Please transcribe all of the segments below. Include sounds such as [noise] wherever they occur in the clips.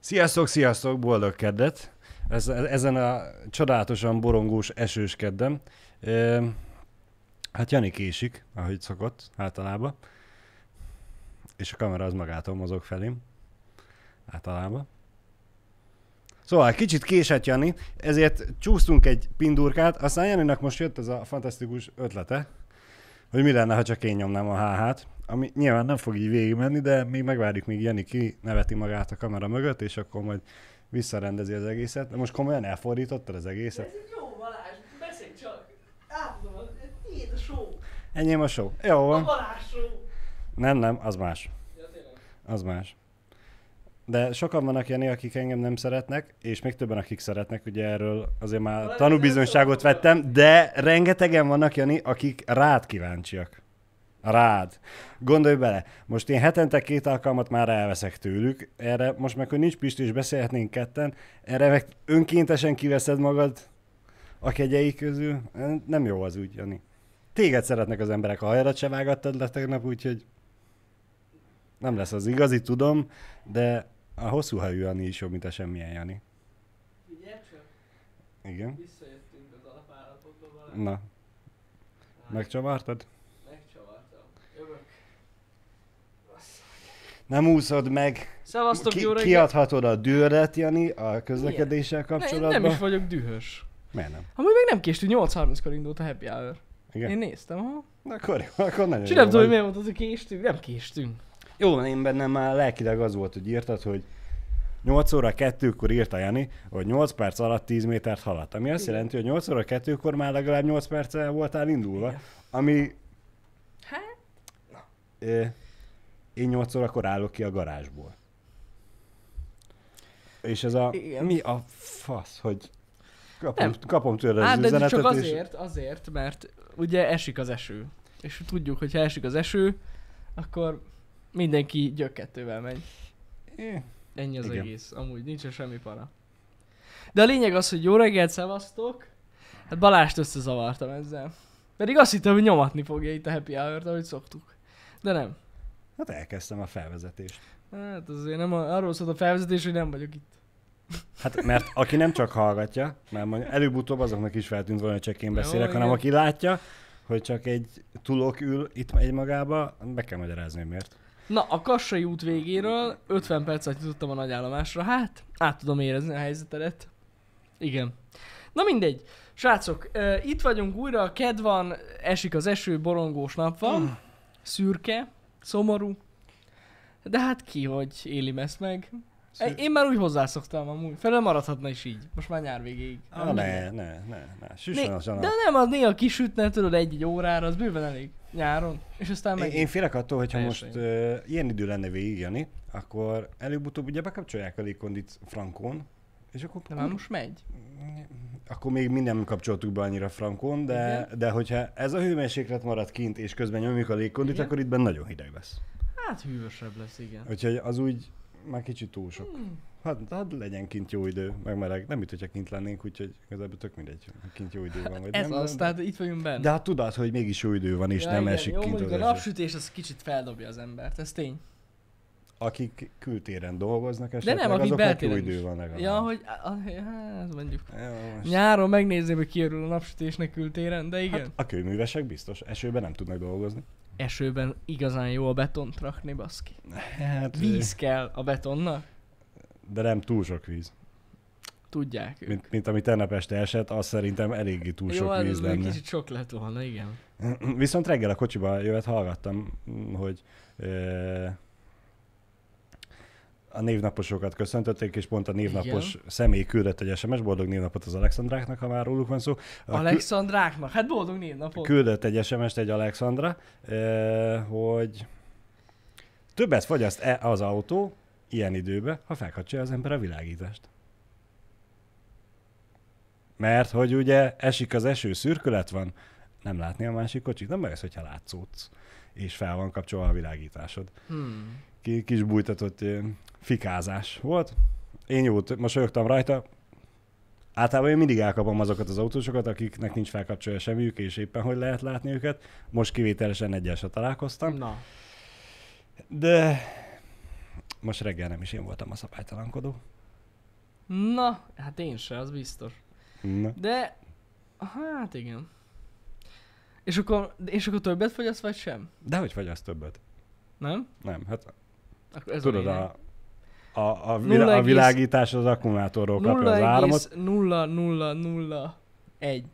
Sziasztok, sziasztok, boldog keddet! Ez, ezen a csodálatosan borongós, esős kedden. E, hát Jani késik, ahogy szokott általában. És a kamera az magától mozog felém. Általában. Szóval kicsit késett Jani, ezért csúsztunk egy pindurkát, aztán Janinak most jött ez a fantasztikus ötlete, hogy mi lenne, ha csak én nyomnám a háhát, ami nyilván nem fog így végigmenni, de még megvárjuk, míg Jani ki neveti magát a kamera mögött, és akkor majd visszarendezi az egészet. De most komolyan elfordítottad az egészet? Ez egy jó Balázs, beszélj csak! Átadom, az- ez tiéd a show! Enyém a show. Jó A van. Balázs show! Nem, nem, az más. Ja, tényleg. Az más. De sokan vannak Jani, akik engem nem szeretnek, és még többen, akik szeretnek, ugye erről azért már Valami tanúbizonyságot nem tudom. vettem, de rengetegen vannak, Jani, akik rád kíváncsiak. Rád. Gondolj bele, most én hetente két alkalmat már elveszek tőlük, erre most meg, hogy nincs Pisti, és beszélhetnénk ketten, erre meg önkéntesen kiveszed magad a kegyei közül. Nem jó az úgy, Jani. Téged szeretnek az emberek, a hajadat se vágattad le tegnap, úgyhogy nem lesz az igazi, tudom, de a hosszú hajú Jani is jobb, mint a semmilyen Jani. Figyelj csak, Igen. visszajöttünk az alapállapotba Balázs. Na, Hát, megcsavartad? Megcsavartam. Jövök. Bassza. Nem úszod meg. Szevasztok, jó Ki, reggelt! kiadhatod a dőret, Jani, a közlekedéssel Ne, kapcsolatban? én nem is vagyok dühös. Miért nem? Amúgy meg nem késtünk, 8.30-kor indult a happy hour. Igen. Én Én... néztem, ha? Akkor, akkor nagyon És nem tudom, vagy. hogy miért mondtad, hogy késtünk. Nem késtünk. Jó, én bennem már lelkileg az volt, hogy írtad, hogy 8 óra 2-kor írta Jani, hogy 8 perc alatt 10 métert haladt. Ami azt Igen. jelenti, hogy 8 óra 2-kor már legalább 8 perccel voltál indulva, Igen. ami Hát, ö, én 8 órakor állok ki a garázsból. És ez a... Igen. Mi a fasz, hogy kapom, Nem. kapom tőle az hát de ez üzenetet, csak és... azért, azért, mert ugye esik az eső. És tudjuk, hogy ha esik az eső, akkor mindenki gyökkettővel megy. É, Ennyi az Igen. Igen. egész, amúgy nincsen semmi para. De a lényeg az, hogy jó reggelt, szevasztok. Hát Balást összezavartam ezzel. Pedig azt hittem, hogy nyomatni fogja itt a happy hour-t, ahogy szoktuk. De nem. Hát elkezdtem a felvezetést. Hát azért nem a- arról szólt a felvezetés, hogy nem vagyok itt. Hát mert aki nem csak hallgatja, mert mondja, előbb-utóbb azoknak is feltűnt volna, hogy csak én Jó, beszélek, igen. hanem aki látja, hogy csak egy tulok ül itt egy magába, be kell magyarázni, hogy miért. Na, a Kassai út végéről 50 percet jutottam a nagyállomásra. Hát, át tudom érezni a helyzetedet. Igen. Na mindegy. Srácok, ö, itt vagyunk újra, ked van, esik az eső, borongós nap van, szürke, szomorú. De hát ki, hogy élim ezt meg. Szür- Én már úgy hozzászoktam amúgy. Fel nem maradhatna is így. Most már nyár végéig. Ah, ne, ne, ne, ne, Né- süsön a de nem, az néha kisütne, tudod, egy-egy órára, az bőven elég. Nyáron. És aztán Én, meg... én félek attól, hogyha Teljesen. most ö, ilyen idő lenne végig, Jani, akkor előbb-utóbb ugye bekapcsolják a légkondit frankon, és akkor, De már most megy. akkor még minden nem kapcsoltuk be annyira frankon, de, de hogyha ez a hőmérséklet marad kint, és közben nyomjuk a légkondit, Igen. akkor itt benne nagyon hideg lesz. Hát hűvösebb lesz, igen. Úgyhogy az úgy már kicsit túl sok. Hmm. Hát, hát legyen kint jó idő, meg meleg. Nem itt, hogyha kint lennénk, úgyhogy igazából tök mindegy, hogy kint jó idő van, vagy Ez nem. az, de- tehát itt vagyunk benne. De hát tudod, hogy mégis jó idő van, és Ja, nem igen, esik jó, kint mondjuk az a eső. napsütés az kicsit feldobja az embert, ez tény. Akik kültéren dolgoznak, esetleg nem, akik azoknak jó beltéren idő is. van legalább. Ja, hogy, á- á- hát mondjuk. Jó, most- Nyáron megnézném, hogy kiörül a napsütésnek kültéren, de igen. Hát... A kőművesek biztos, esőben nem tudnak dolgozni. Esőben igazán jó a betont rakni, baszki. Hát, Víz kell a betonnak, De nem túl sok víz. tudják ők. Mint, mint ami tegnap este esett, az szerintem eléggé túl jó, sok hát víz ez még lenne. kicsit sok lett volna, igen. [clears throat] Viszont reggel a kocsiba jövet hallgattam, mm, hogy ö, a névnaposokat köszöntötték, és pont a névnapos Igen. személy küldött egy SMS, boldog névnapot az Alexandráknak, ha már róluk van szó. A kü- Alexandráknak, hát boldog névnapot. küldött egy SMS-t egy Alexandra, ö, hogy többet fogyaszt-e az autó ilyen időben, ha felkapcsolja az ember a világítást. Mert hogy ugye esik az eső, szürkület van, nem látni a másik kocsit, nem baj az, hogyha látszódsz, és fel van kapcsolva a világításod. Hmm. Ki- Kis bújtatott ö, fikázás volt. Én jót mosolyogtam rajta. Általában én mindig elkapom azokat az autósokat, akiknek nincs felkapcsolja semmiük, és éppen hogy lehet látni őket. Most kivételesen egyel se találkoztam. Na, De most reggel nem is én voltam a szabálytalankodó. Na, hát én se, az biztos. Na. De, hát igen. És akkor, és akkor többet fogyasz, vagy sem? De hogy vagy az többet? Nem? Nem, hát Akkor ez tudod, a a, a, a, Nulla vilá, a egész- világítás az akkumulátorról kapja az áramot. 0,0001.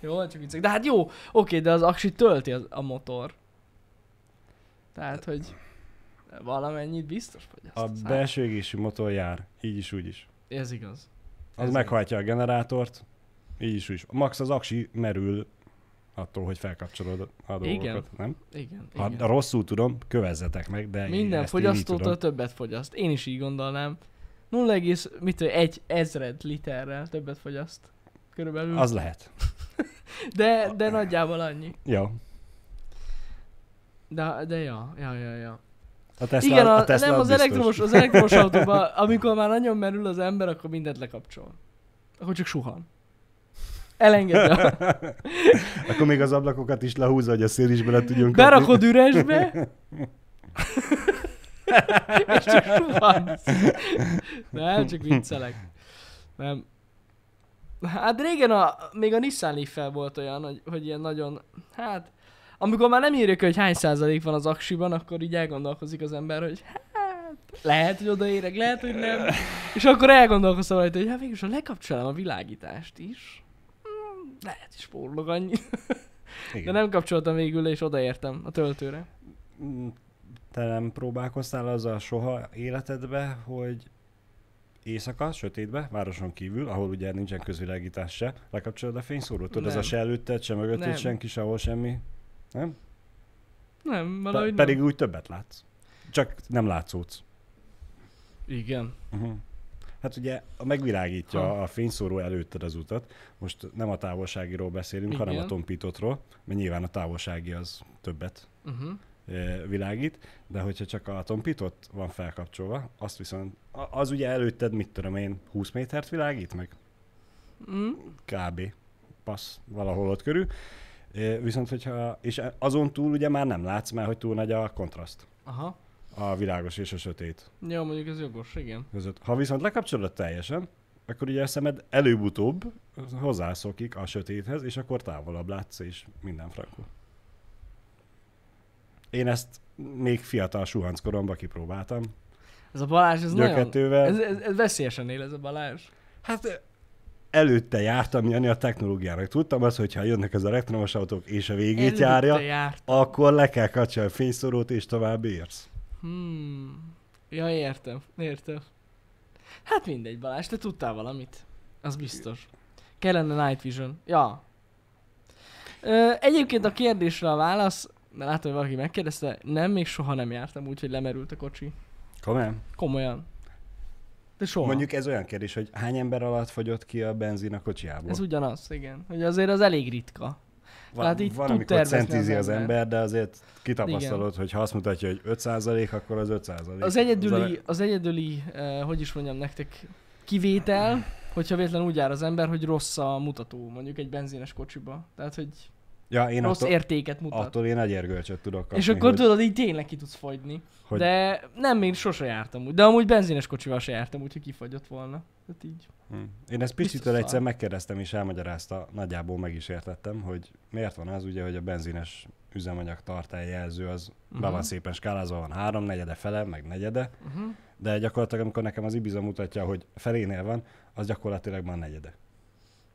jó, csak viccek. De hát jó, oké, de az aksi tölti az, a motor. Tehát, hogy valamennyit biztos fogyaszt. A az hát- belső égésű motor jár, így is, úgy is. Ez igaz. Az Ez meghajtja a generátort, így is, úgy is. Max az aksi merül attól, hogy felkapcsolod a dolgokat, nem? Igen, Ha igen. rosszul tudom, kövezzetek meg, de én Minden ezt így fogyasztótól tudom. többet fogyaszt. Én is így gondolnám. 0, mit tudom, egy ezred literrel többet fogyaszt. Körülbelül. Az lehet. De, de nagyjából annyi. Jó. De, de ja, ja, ja, ja. A Tesla, Igen, a, a Tesla nem, az, biztos. elektromos, az elektromos autóban, amikor már nagyon merül az ember, akkor mindent lekapcsol. Akkor csak suhan. Elengedje. a- [laughs] Akkor még az ablakokat is lehúzza, hogy a szél is bele tudjon kapni. Berakod üresbe, [laughs] és csak suhansz. Nem, csak viccelek. Nem. Hát régen a, még a Nissan leaf volt olyan, hogy, hogy ilyen nagyon, hát amikor már nem írjuk, hogy hány százalék van az aksiban, akkor így elgondolkozik az ember, hogy hát lehet, hogy odaérek, lehet, hogy nem. És akkor elgondolkoztam rajta, hogy hát végülis ha lekapcsolom a világítást is, hmm, lehet is spórolok annyi. De Igen. nem kapcsoltam végül, le, és odaértem a töltőre. Mm, Te nem próbálkoztál azzal soha életedbe, hogy éjszaka, sötétbe, városon kívül, ahol ugye nincsen közvilágítás se, lekapcsolod a fényszórót, tudod, ez Nem. a se előtted, se Nem. mögötted, senki, sehol semmi. Nem? Nem, Pe- valahogy pedig nem. úgy többet látsz. Csak nem látszódsz. Igen. Uh-huh. Hát ugye a- megvilágítja Ha. ha. a fényszóró előtted az utat. Most nem a távolságiról beszélünk, Igen. hanem Igen. a tompítotról, mert nyilván a távolsági az többet Uh-huh. ö, eh, világít, de hogyha csak a tompított van felkapcsolva, azt viszont, a- az ugye előtted, mit tudom én, 20 métert világít meg, Mm. kb. passz valahol ott körül, Ö, viszont hogyha, és azon túl ugye már nem látsz, mert hogy túl nagy a kontraszt Aha. a világos és a sötét Jó, mondjuk ez jogos, igen. között. Ha viszont lekapcsolod teljesen, akkor ugye a szemed előbb-utóbb hozzászokik a sötéthez, és akkor távolabb látsz, és minden frankó. Én ezt még fiatal suhanc koromban kipróbáltam. Ez a Balázs, ez nagyon... Gyöketővel. Ez, ez, ez, veszélyesen él ez a Balázs. Hát előtte jártam Jani a technológiának. Tudtam azt, hogy ha jönnek az elektromos autók és a végét Előtte járja, Jár. akkor le kell kacsalni a fényszorót és tovább érsz. Hmm. Ja, értem, értem. Hát mindegy, Balázs, te tudtál valamit. Az biztos. Kellene Night Vision. Ja. Ö, egyébként a kérdésre a válasz, mert látom, hogy valaki megkérdezte, nem, még soha nem jártam úgy, hogy lemerült a kocsi. Komolyan? Komolyan. De soha. Mondjuk ez olyan kérdés, hogy hány ember alatt fogyott ki a benzin a kocsiából? Ez ugyanaz, igen. Hogy azért az elég ritka. Van, Tehát hát így van tud amikor tervezni centízi az az ember. ember, de azért kitapasztalod, hogy ha azt mutatja, hogy 5 akkor az 5 Az egyedüli, az egyedüli eh, hogy is mondjam nektek, kivétel, hogyha véletlen úgy jár az ember, hogy rossz a mutató, mondjuk egy benzines kocsiba. Tehát, hogy Ja, én Én rossz attól, attól, értéket mutat. Attól attól én nagy ergölcsöt tudok kapni. és akkor hogy, tudod, így tényleg ki tudsz fogyni. Hogy... hogy De nem, még sose jártam úgy. De amúgy benzines kocsival se jártam úgy, hogy kifagyott volna. Tehát így. Hm. Én ezt Biztos Pistitől szar. egyszer megkérdeztem és elmagyarázta, nagyjából meg is értettem, hogy miért van az ugye, hogy a benzines üzemanyag tartályjelző az uh-huh. Mhm. be van szépen skálázva, van három negyede fele, meg negyede, Uh-huh. de gyakorlatilag amikor nekem az Ibiza mutatja, hogy felénél van, az gyakorlatilag már negyede.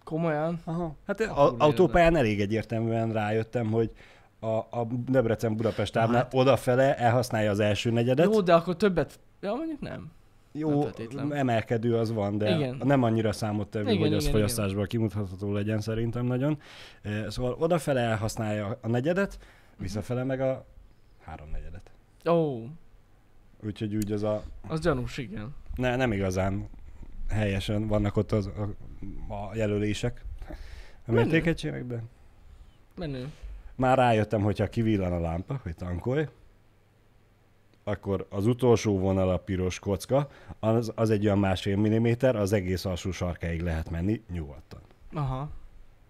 Komolyan. Aha. Hát Akkor a, autópályán elég egyértelműen rájöttem, hogy a, a Debrecen-Budapest táblán Hát. odafele elhasználja az első negyedet. Jó, de akkor többet... Ja, mondjuk nem. Jó, feltétlen. emelkedő az van, de Igen. igen. nem annyira számottevő, Igen, hogy az igen, fogyasztásból kimutatható legyen szerintem nagyon. Eh, Szóval odafele elhasználja a negyedet, visszafele meg a háromnegyedet. Ó, Úgyhogy úgy az a... az gyanús, igen. Ne, nem igazán helyesen vannak ott az, a, a jelölések. A Menő. mértékegységek, de... Menő. Már rájöttem, hogyha kivillan a lámpa, hogy tankolj, akkor az utolsó vonal a piros kocka, az, az egy olyan másfél milliméter, az egész alsó sarkáig lehet menni nyugodtan. Aha.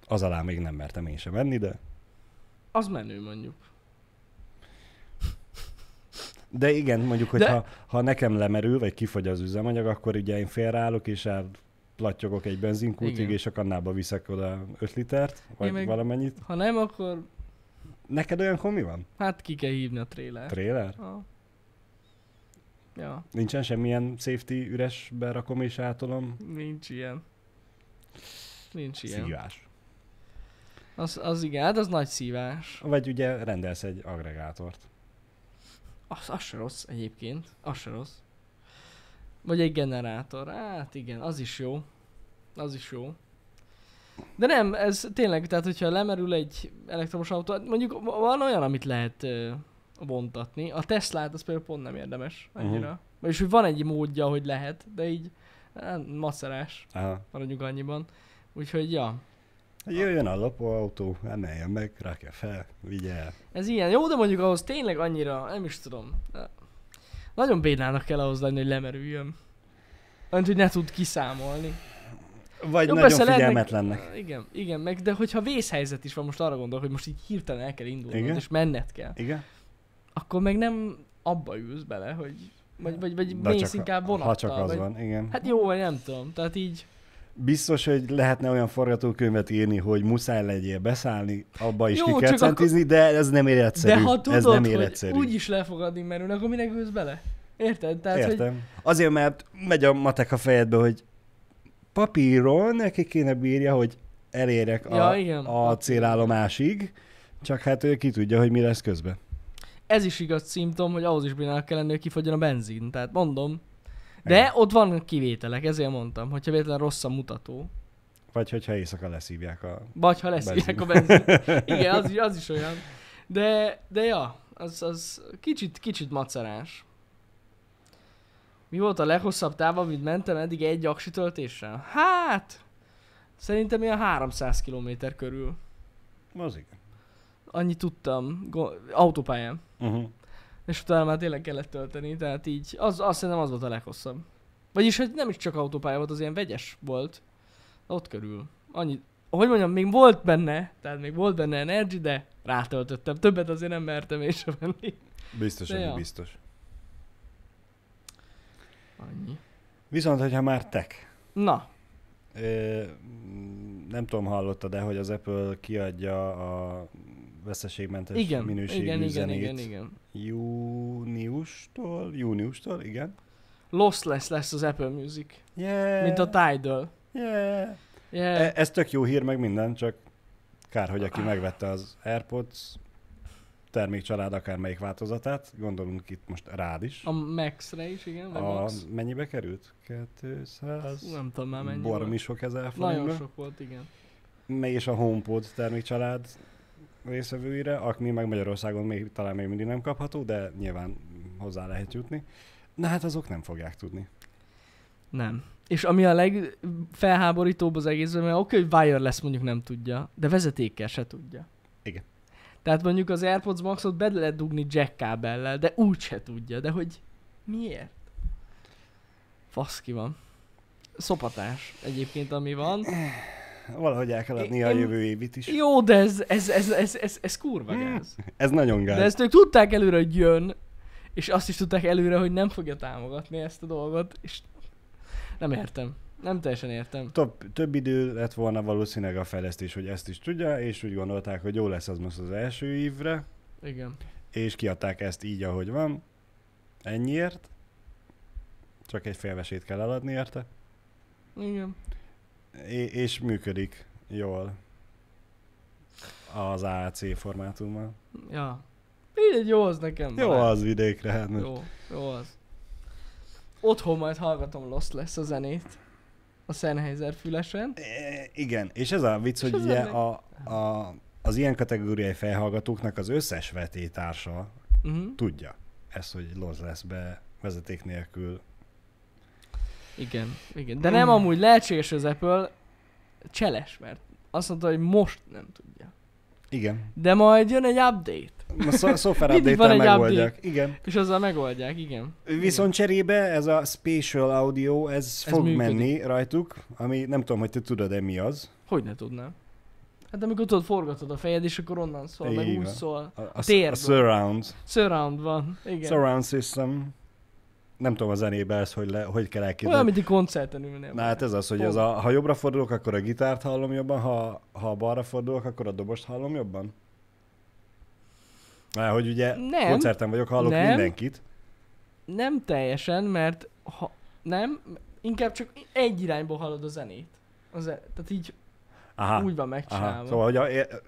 Az alá még nem mertem én sem menni, de Az menő mondjuk. De igen, mondjuk, hogy De- ha, ha nekem lemerül, vagy kifogy az üzemanyag, akkor ugye én félreállok, és elplatyogok egy benzinkútig, Igen. és a kannába viszek oda 5 litert, vagy Én meg- valamennyit. Ha nem, akkor Neked olyankor mi van? hát ki kell hívni a trélet. Trailer? A... Ja, Nincsen semmilyen safety üres berakom és átolom? nincs ilyen. Nincs ilyen. Szívás. Az, az igen, hát az nagy szívás. Vagy ugye rendelsz egy agregátort. Az, az se rossz egyébként, az se rossz. Vagy egy generátor, hát igen, az is jó. Az is jó. De nem, ez tényleg, tehát hogyha lemerül egy elektromos autó, hát mondjuk va- van olyan, amit lehet ö, vontatni. A Teslát az például pont nem érdemes annyira. Mhm. Uh-huh. És hogy van egy módja, hogy lehet, de így hát, macerás, Aha. maradjunk annyiban. Úgyhogy ja, Jöjjön a lopóautó, emeljen meg, rakja fel, vigye el. Ez ilyen jó, de mondjuk ahhoz tényleg annyira, nem is tudom. Nagyon bénának kell ahhoz lenni, hogy lemerüljön. Olyan, hogy ne tud kiszámolni. Vagy Jó, nagyon persze, lehet meg- figyelmetlennek. Á, Igen, igen, meg de hogyha vészhelyzet is van, most arra gondolok, hogy most így hirtelen el kell indulnod, Igen. és menned kell. Igen? Akkor meg nem abba ülsz bele, hogy vagy, vagy, vagy De mész csak- inkább vonattal. Ha csak az vagy, van, igen. Hát jó, vagy nem tudom, tehát így. Biztos, hogy lehetne olyan forgatókönyvet írni, hogy muszáj legyél beszállni, abba is Jó, Jó, ki kell csak centizni, akkor... de ez nem életszerű. de ha tudod, ez nem hogy életszerű. úgy is le fogad merülni, akkor minek ülsz bele? Érted? Tehát, hogy Értem. Azért, mert megy a matek a fejedbe, hogy papíron neki kéne bírja, hogy elérek a, Ja, igen. a célállomásig, csak hát ő ki tudja, hogy mi lesz közben. ez is igaz szimptom, hogy ahhoz is bírnak kell lenni, hogy kifogjon a benzin. Tehát mondom. De Igen. ott van kivételek, ezért mondtam, hogyha véletlen rossz a mutató. Vagy hogyha éjszaka leszívják a... Vagy ha leszívják a benzin. Igen, az is, az is olyan. De, de ja, az, az kicsit, kicsit macerás. Mi volt a leghosszabb táv, amit mentem eddig egy aksi töltéssel? Hát, szerintem ilyen 300 km körül. Az igen. Annyit tudtam, go- autópályán. Uh-huh. És utána már tényleg kellett tölteni, tehát így, az, azt szerintem az volt a leghosszabb. Vagyis, hogy nem is csak autópálya volt, az ilyen vegyes volt. Ott körül. Annyi, hogy mondjam, még volt benne, tehát még volt benne energy, de rátöltöttem. Többet azért nem mertem és sem venni. Biztos, De ami ja. biztos. Annyi. Viszont, hogyha már tek, Na, Ö, nem tudom, hallottad-e, hogy az Apple kiadja a veszteségmentes igen, minőségű igen, igen, zenét igen, igen. júniustól, júniustól, igen. Lossless lesz az Apple Music, Yeah, mint a Tidal. yeah. Yeah. E- ez tök jó hír, meg minden, csak kár, hogy aki megvette az AirPods termékcsalád akármelyik változatát, gondolunk itt most rád is. A Max-re is, igen, vagy a Max. mennyibe került? 200 Fú, Nem tudom már mennyi baromi volt. sok ezer Nagyon forintba. sok volt, igen. meg és a HomePod termékcsalád részvevőire, ami meg Magyarországon még, talán még mindig nem kapható, de nyilván hozzá lehet jutni. Na hát azok nem fogják tudni. Nem. És ami a legfelháborítóbb az egészben, mert oké, hogy wireless mondjuk nem tudja, de vezetékkel se tudja. Igen. Tehát mondjuk az AirPods Maxot be lehet dugni jack kábellel, de úgy se tudja, de hogy miért? Fasz ki van. Szopatás egyébként, ami van. Valahogy el kell adni a Én- jövő évit is. Jó, de ez, ez, ez, ez, ez, ez kurva gáz. Ez nagyon gáz. De ezt ők tudták előre, hogy jön, és azt is tudták előre, hogy nem fogja támogatni ezt a dolgot, és nem értem. Nem teljesen értem. Több, több idő lett volna valószínűleg a fejlesztés, hogy ezt is tudja, és úgy gondolták, hogy jó lesz az most az első évre, Igen. és kiadták ezt így, ahogy van. Ennyiért. Csak egy félvesét kell eladni érte. Igen. É- és működik jól az AAC formátummal. Ja. Mindegy, jó az nekem. Jó barát. az vidékre, hát most. Jó, jó az. Otthon majd hallgatom Lost lesz a zenét. A Sennheiser fülesen. É, igen, és ez a vicc, És hogy az ugye ennek- a, a, az ilyen kategóriai felhallgatóknak az összes vetétársa Uh-huh. tudja ezt, hogy loz lesz be vezeték nélkül. Igen, igen. De nem amúgy lehetséges, hogy az Apple cseles, mert azt mondta, hogy most nem tudja. Igen. De majd jön egy update, [laughs] A szo- software Mindig van update egy update. megoldják. Igen. és azzal megoldják, igen. Viszont cserébe ez a Spatial Audio, ez, ez fog működik. működik. menni rajtuk, ami nem tudom, hogy te tudod-e mi az. Hogy ne tudnám. Hát amikor tudod, forgatod a fejed, és akkor onnan szól, meg úgy Igen. szól. A, a, Térben. a surround. Surround van, igen. Surround system. Nem tudom a zenébe ezt, hogy, le, hogy kell Olyan, elképzelni. mint egy koncerten ülnél. Na hát ez az, hogy ez a, ha jobbra fordulok, akkor a gitárt hallom jobban, ha, ha balra fordulok, akkor a dobost hallom jobban. Már hogy ugye Nem. koncerten vagyok, hallok Nem. mindenkit. Nem teljesen, mert ha nem, inkább csak egy irányból hallod a zenét. A zen- tehát így Aha, úgy van aha. megcsinálva. Szóval, hogy a, é-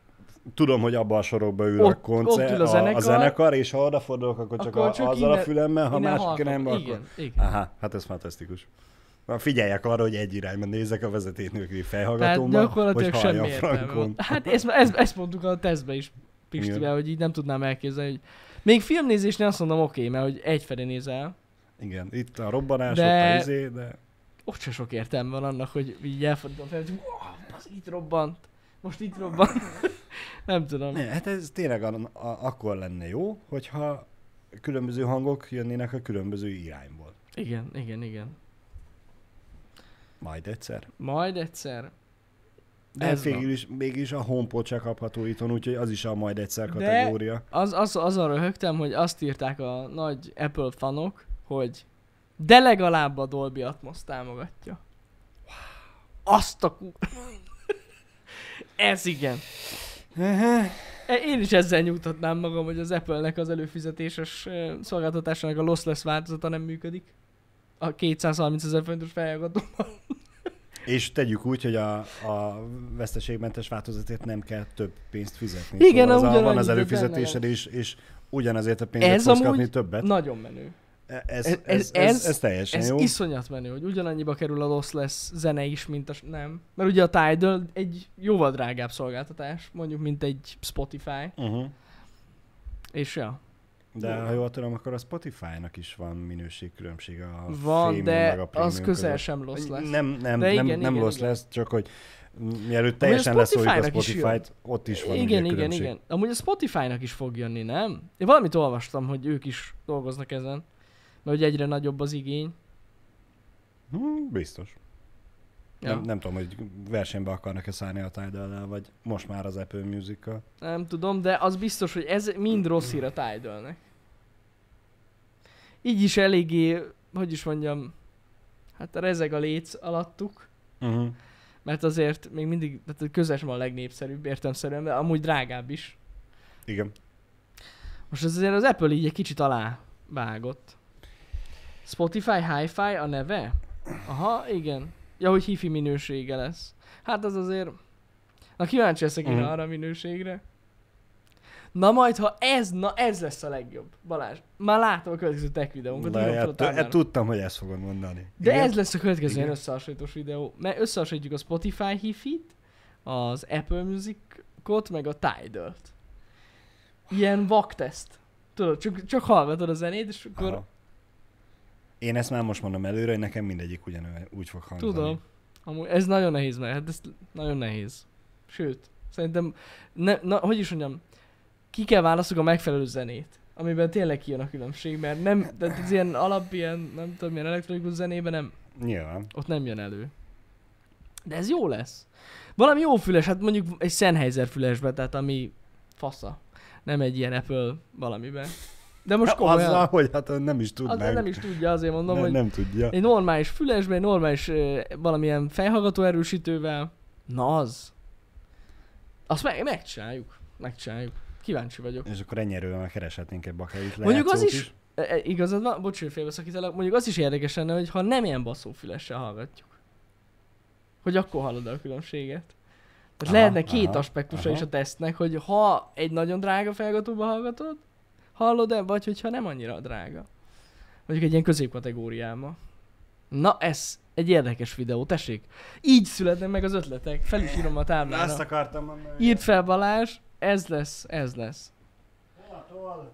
tudom, hogy abban a sorokban ül a Ott- koncert, ott ül a a, zenekar. a zenekar, és ha odafordulok, akkor csak, Akkor akkor a, csak azzal a innen- fülemmel, ha Innen másik hallgatom. irányba, akkor... Igen, igen. Aha, hát ez fantasztikus. Na, figyeljek arra, hogy egy irányban nézek a vezetét nélküli Tehát fejhallgatómmal, gyakorlatilag hogy halljam semmi frankon. értelme. Hát ezt, ezt, ezt mondtuk a tesztbe is Pistivel, Igen. hogy így nem tudnám elképzelni, hogy még filmnézésnél azt mondom oké, mert hogy egyfelé nézel, Igen, itt a robbanás, De- ott a izé, de... ott se sok értelme van annak, hogy így elfordítom fel, hogy wow, az itt robbant, most itt robbant. [laughs] nem tudom. Ne, hát ez tényleg a, a, akkor lenne jó, hogyha különböző hangok jönnének a különböző irányból. Igen, igen, igen. Majd egyszer. Majd egyszer. De Ez ez van. végül is, mégis a HomePod se kapható itthon, úgyhogy az is a majd egyszer De- kategória. De... Az, az, azon röhögtem, hogy azt írták a nagy Apple fanok, hogy de legalább a Dolby Atmos támogatja. Azt a ku... [laughs] Ez igen. E- Én is ezzel nyugtatnám magam, hogy az Apple-nek az előfizetéses ö, szolgáltatásának a lossless változata nem működik. A 230 ezer fontos felhallgató. És tegyük úgy, hogy a, a veszteségmentes változatért nem kell több pénzt fizetni. Igen, szóval az a, van ugyanannyi, az de előfizetésed benne is, és ugyanazért a pénzért Ez ez fogsz amúgy- kapni többet. Nagyon menő. E- Ez, ez- ez, ez, ez- ez, ez- ez, ez teljesen Ez jó. iszonyat menő, hogy ugyanannyiba kerül a lossless zene is, mint a... s- Nem. Mert ugye a Tidal egy jóval drágább szolgáltatás, mondjuk, mint egy Spotify. Uh-huh. És ja, De Jó. ha jól tudom, akkor a Spotify-nak is van minőségkülönbség a van, Premium meg de a Premium az közel között. sem lossless. Nem, nem, De nem, igen, igen, nem igen, rossz igen. lesz, csak hogy mielőtt teljesen leszóljuk a Spotify-nak is Spotify-t, ott is van igen, ugye igen, különbség. igen. Amúgy a Spotify-nak is fog jönni, nem? Én valamit olvastam, hogy ők is dolgoznak ezen. Mert hogy egyre nagyobb az igény. Hm, biztos. Ja. Nem, nem tudom, hogy versenybe akarnak-e szállni a tidal vagy most már az Apple Music-kal. Nem tudom, de az biztos, hogy ez mind rossz hír a tidal Így is eléggé, hogy is mondjam, hát rezeg a léc alattuk, Uh-huh. mert azért még mindig, tehát közös van a legnépszerűbb értemszerűen, de amúgy drágább is. Igen. Most ez azért az Apple így egy kicsit alá vágott. Spotify Hi-Fi a neve? Aha, igen. Ja, hogy hifi minősége lesz. Hát az azért... Na kíváncsi leszek én Mhm. arra a minőségre. Na majd, ha ez, na ez lesz a legjobb. Balázs, már látom a következő tech videónkat. írom fel a Lehet, táblára. hát, tudtam, hogy ezt fogod mondani. De Igen? ez lesz a következő ilyen Igen. összehasonlítós videó, mert összehasonlítjuk a Spotify hifit, az Apple Music-ot, meg a Tidal-t. Ilyen vakteszt. Tudod, csak, csak hallgatod a zenét, és akkor Aha. Én ezt már most mondom előre, hogy nekem mindegyik ugyanúgy úgy fog hangzani. tudom. Amúgy ez nagyon nehéz, mert hát ez nagyon nehéz. Sőt, szerintem, ne, na, hogy is mondjam, ki kell válaszok a megfelelő zenét, amiben tényleg kijön a különbség, mert nem, tehát az ilyen alap, ilyen, nem tudom, ilyen elektronikus zenében nem, Nyilván. Ott nem jön elő. De ez jó lesz. Valami jó füles, hát mondjuk egy Sennheiser fülesbe, tehát ami fasza. Nem egy ilyen Apple valamiben. De most komolyan. Azzal, hogy hát nem is az tudnánk. nem is tudja, azért mondom, nem, hogy nem tudja. egy normális fülesbe, egy normális ö, valamilyen fejhallgató erősítővel. Na az. Azt meg, megcsináljuk. Megcsináljuk. Kíváncsi vagyok. És akkor ennyi erővel már kereshetnénk egy bakelit Mondjuk az lejátszót is- E, e, igazad van, bocs, hogy félbeszakítalak, mondjuk az is érdekes lenne, hogy ha nem ilyen baszófülessel hallgatjuk, hogy akkor hallod a különbséget. Aha, Tehát lehetne két aha, aspektusa aha. is a tesztnek, hogy ha egy nagyon drága felgatóba hallgatod, hallod-e, vagy hogyha nem annyira drága. Mondjuk egy ilyen középkategóriába. Na ez egy érdekes videó, tessék. Így születnek meg az ötletek, fel is írom a Na, azt táblára. akartam mondani. Írd fel Balázs, ez lesz, ez lesz. Hol, hol?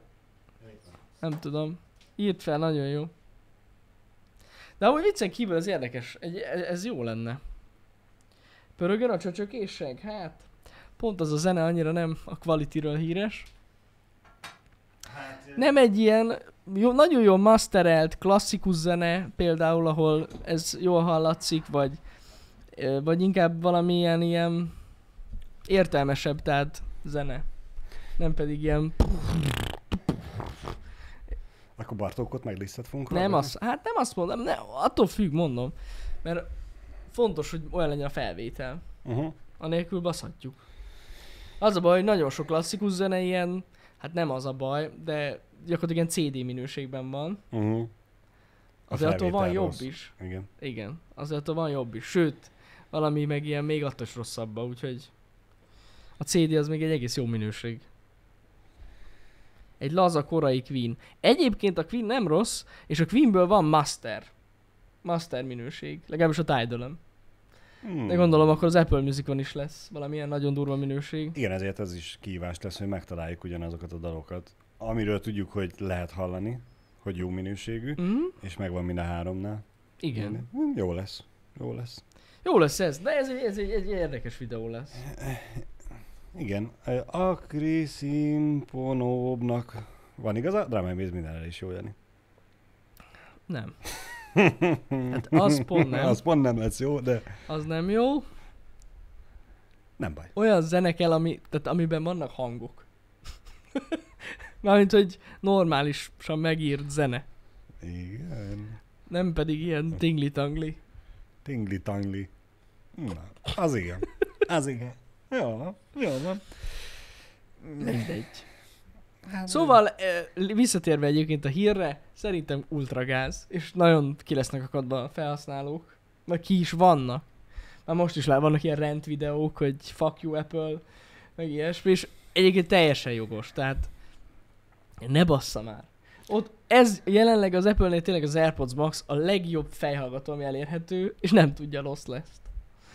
Itt van. Nem tudom. Írt fel, nagyon jó. De amúgy viccen kívül ez érdekes. Egy, e- ez jó lenne. Pörögön a csöcsökésség? Hát, pont az a zene annyira nem a quality-ről híres. Hát, Nem egy ilyen jó, nagyon jól masterelt klasszikus zene, például ahol ez jól hallatszik, vagy, ö, vagy inkább valamilyen ilyen értelmesebb, tehát zene. Nem pedig ilyen... Akkor Bartókot meg lisztet fogunk Nem hallgatni? azt, hát nem azt mondom, nem, attól függ, mondom. Mert fontos, hogy olyan legyen a felvétel. Uh-huh. Anélkül baszhatjuk. Az a baj, hogy nagyon sok klasszikus zene ilyen, hát nem az a baj, de gyakorlatilag ilyen CD minőségben van. Uh-huh. Azért attól van felvétel jobb rossz. is. Igen. Igen, azért attól van jobb is. Sőt, valami meg ilyen még attól is rosszabba, úgyhogy a CD az még egy egész jó minőség. Egy laza korai Queen. Egyébként a Queen nem rossz, és a Queenből van Master. Master minőség. Legalábbis a tidal Hmm. De gondolom akkor az Apple Musicon is lesz valamilyen nagyon durva minőség. Igen, ezért ez is kihívás lesz, hogy megtaláljuk ugyanazokat a dalokat, amiről tudjuk, hogy lehet hallani, hogy jó minőségű, Mm? és megvan mind a háromnál. Igen. Hm, Jó lesz. Jó lesz. Jó lesz ez, de ez egy, ez egy, egy érdekes videó lesz. Igen. ö, A Kriszimponóbnak van igaza? Drámai Béz mindenre is jó, Jani. Nem. [laughs] Hát az pont nem. Az pont nem lesz jó, de Az nem jó. nem baj. olyan zene kell, ami, tehát amiben vannak hangok. [laughs] Mármint, hogy normálisan megírt zene. Igen. Nem pedig ilyen tingli-tangli. Tingli-tangli. Na, az igen. Az igen. Jó van. Jó van. Mindegy. Szóval eh, visszatérve egyébként a hírre, szerintem ultragáz, és nagyon ki lesznek akadva a felhasználók, mert ki is vannak. Már most is lá- vannak ilyen rent videók, hogy fuck you Apple, meg ilyesmi, és egyébként teljesen jogos, tehát ne bassza már. Ott ez jelenleg az Apple-nél tényleg az AirPods Max a legjobb fejhallgató, ami elérhető, és nem tudja rossz lesz.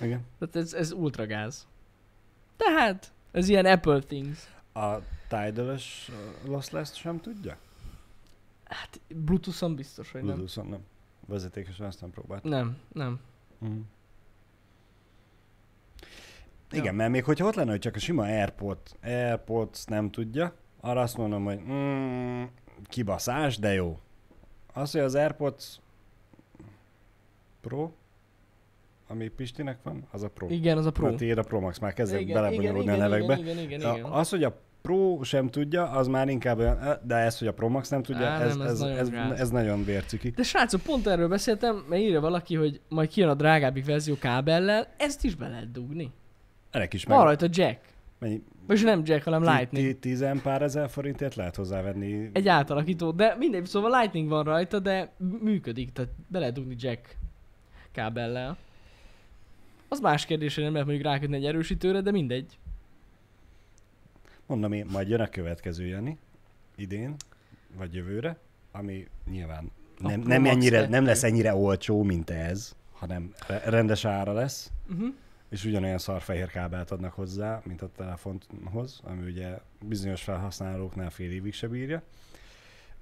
Igen. Tehát ez, ez ultragáz. Tehát, ez ilyen Apple things. A Tidal-ös ö, Lost Last sem tudja? Hát Bluetooth-on biztos, hogy nem. Bluetooth-on nem. Vezetékesen azt nem próbált. Nem, nem. Mm. Igen, mert még hogyha ott lenne, hogy csak a sima Airpod, Airpods nem tudja, arra azt mondom, hogy mm, kibaszás, de jó. Az, hogy az Airpods Pro, ami Pistinek van, az a Pro. Igen, az a Pro. A tiéd a Pro Max, már Hát kezdek igen, igen, belebonyolódni a igen, nevekbe. igen, igen, igen, igen. A- Az, hogy a Pro sem tudja, az már inkább olyan, "Ö, de ez, hogy a Pro Max nem tudja, Á, ez, nem, ez ez, nagyon ez, gáz. ez, ez nagyon vérciki. De srácok, pont erről beszéltem, mert írja valaki, hogy majd kijön a drágábbik verzió kábellel, ezt is be lehet dugni. Ennek is meg, Van rajta jack. mennyi, Vagyis nem jack, hanem lightning. ti- tizen pár ezer forintért lehet hozzávenni. Egy átalakító, de mindegy, szóval lightning van rajta, de m- működik, tehát be lehet dugni jack kábellel. Az más kérdés, hogy nem lehet mondjuk rákötni egy erősítőre, de mindegy. Mondom én, majd jön a következő, Jani, idén, vagy jövőre, ami nyilván A nem, Pro nem, Max ennyire, kettő. nem lesz ennyire olcsó, mint ez, hanem re- rendes ára lesz, Uh-huh. és ugyanolyan szar fehér kábelt adnak hozzá, mint a telefonhoz, ami ugye bizonyos felhasználóknál fél évig se bírja.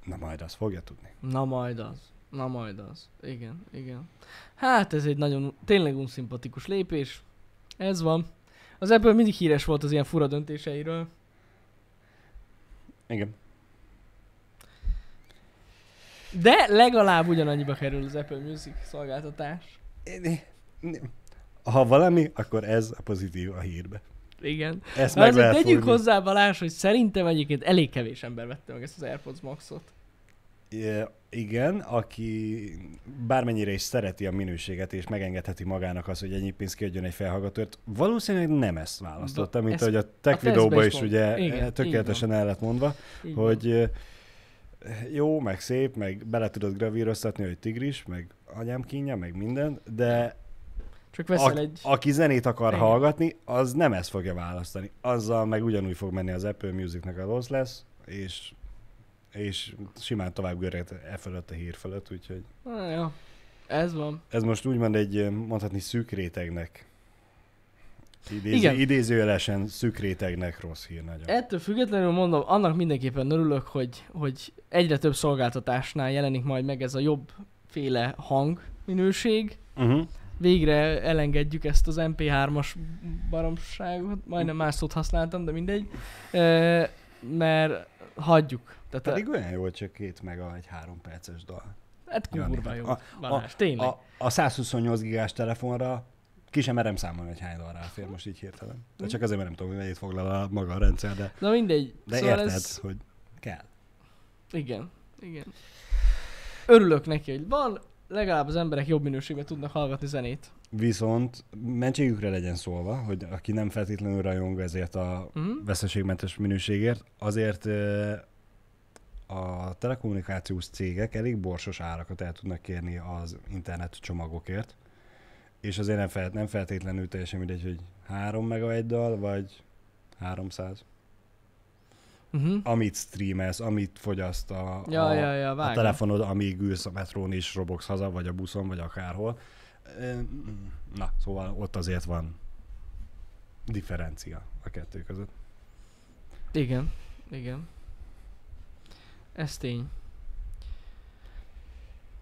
Na majd azt fogja tudni. Na majd az. Na majd az. Igen, igen. Hát ez egy nagyon, tényleg unszimpatikus lépés. Ez van. Az ebből mindig híres volt az ilyen fura döntéseiről. Igen. De legalább ugyanannyiba kerül az Apple Music szolgáltatás. Ha valami, akkor ez a pozitív a hírbe. Igen. Ezt Na, meg azért lehet tegyük fogni. hozzá Balázs, hogy szerintem egyébként elég kevés ember vette meg ezt az AirPods Maxot. Ö, Igen, aki bármennyire is szereti a minőséget, és megengedheti magának az, hogy ennyi pénzt kiadjon egy felhallgatóért, valószínűleg nem ezt választotta, Va- mint ezt- ahogy a a tech tesztbe videóban is is mond- ugye igen, így Igen, van. tökéletesen el lett mondva, Így van. hogy ö, jó, meg szép, meg bele tudod gravíroztatni, hogy tigris, meg anyám kínja, meg minden, de Csak veszel a, egy... aki zenét akar Igen. hallgatni, az nem ezt fogja választani. Azzal meg ugyanúgy fog menni az Apple Musicnak a loss lesz, és, és simán tovább görget e fölött a hír fölött, úgyhogy Na, Ah, ja. Ez van. ez most úgymond egy ö, mondhatni szűk rétegnek. Idéző, Igen. E- Idézőjelesen szűk rétegnek rossz hír nagyon. Ettől függetlenül mondom, annak mindenképpen örülök, hogy, hogy egyre több szolgáltatásnál jelenik majd meg ez a jobb féle hangminőség. Uh-huh. Végre elengedjük ezt az MP3-as baromságot, majdnem más szót használtam, de mindegy. Ö, mert hagyjuk. Tehát Pedig olyan jó, hogy csak két meg a egy három perces dal. hát Jani, kurva hát jó, a- Balázs, tényleg. A, a 128 gigás telefonra Ki sem merem számolni, hogy hány dollár fér most így hirtelen. De csak azért, mert nem tudom, hogy mennyit foglal a maga a rendszer, de, Na mindegy. de szóval érted, ez... hogy kell. Igen, igen. Örülök neki, hogy van, legalább az emberek jobb minőségben tudnak hallgatni zenét. Viszont mentségükre legyen szólva, hogy aki nem feltétlenül rajong ezért a Mhm. veszteségmentes minőségért, azért ö, a telekommunikációs cégek elég borsos árakat el tudnak kérni az internet csomagokért, és azért nem, fel, nem feltétlenül teljesen mindegy, hogy 3 mega egy dal, vagy 300. Uh-huh. Amit streamelsz, amit fogyaszt a, Ja, a, ja, ja, a vágom. telefonod, amíg ülsz a metrón és robogsz haza, vagy a buszon, vagy akárhol. Ö, Na, szóval ott azért van differencia a kettő között. Igen, igen. Ez tény.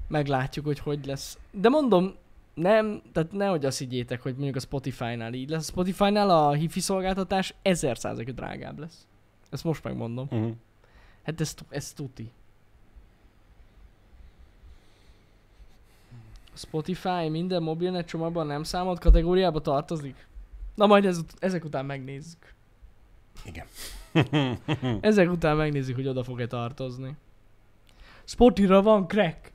Meglátjuk, hogy hogy lesz. De mondom, nem, tehát nehogy azt higgyétek, hogy mondjuk a Spotify-nál így lesz. A Spotify-nál a hifi szolgáltatás 1000 százaléka drágább lesz. Ezt most megmondom. Uh-huh. Hát ez, tu- ez tuti. Spotify minden mobilnet csomagban nem számolt kategóriába tartozik? Na majd ez, ezek után megnézzük. Igen. Ezek után megnézzük, hogy oda fog-e tartozni. Spotira van crack.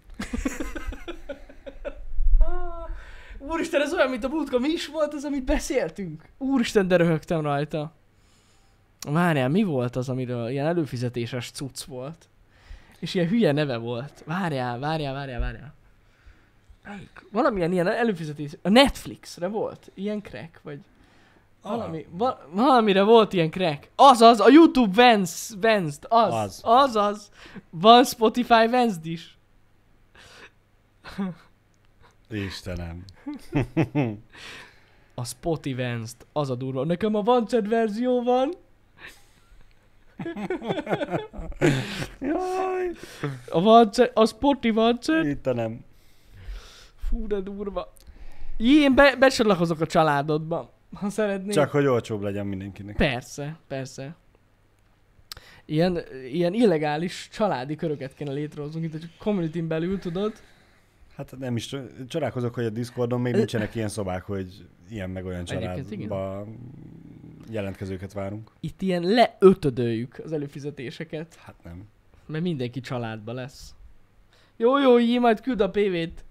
Úristen, ez olyan, mint a múltkor mi is volt az, amit beszéltünk. Úristen, de röhögtem rajta. Várjál, mi volt az, amiről ilyen előfizetéses cucc volt? És ilyen hülye neve volt. Várjál, várjál, várjál, várjál. Melyik? Valamilyen ilyen előfizetés. A Netflixre volt ilyen crack, vagy valami, va- valamire volt ilyen crack. Azaz, a YouTube Vans, Vans, Az. az, az, az, az. Van Spotify Vans is. Istenem. A Spotify Vans, az a durva. Nekem a Vanced verzió van. Jaj, A, Vanced, a Spotify Vanced. Istenem. Fú, de durva. Jé, Én be, besorlakozok a családodba, ha szeretnél. Csak hogy olcsóbb legyen mindenkinek. Persze, persze. Ilyen, ilyen illegális családi köröket kéne létrehoznunk itt a community belül, tudod? Hát nem is, csodálkozok, hogy a Discordon még Ö- nincsenek ilyen szobák, hogy ilyen meg olyan Egyébként igen. családba jelentkezőket várunk. Itt ilyen leötödöljük az előfizetéseket, Hát [laughs] nem. mert mindenki családba lesz. Jó, jó, így majd küld a PV-t.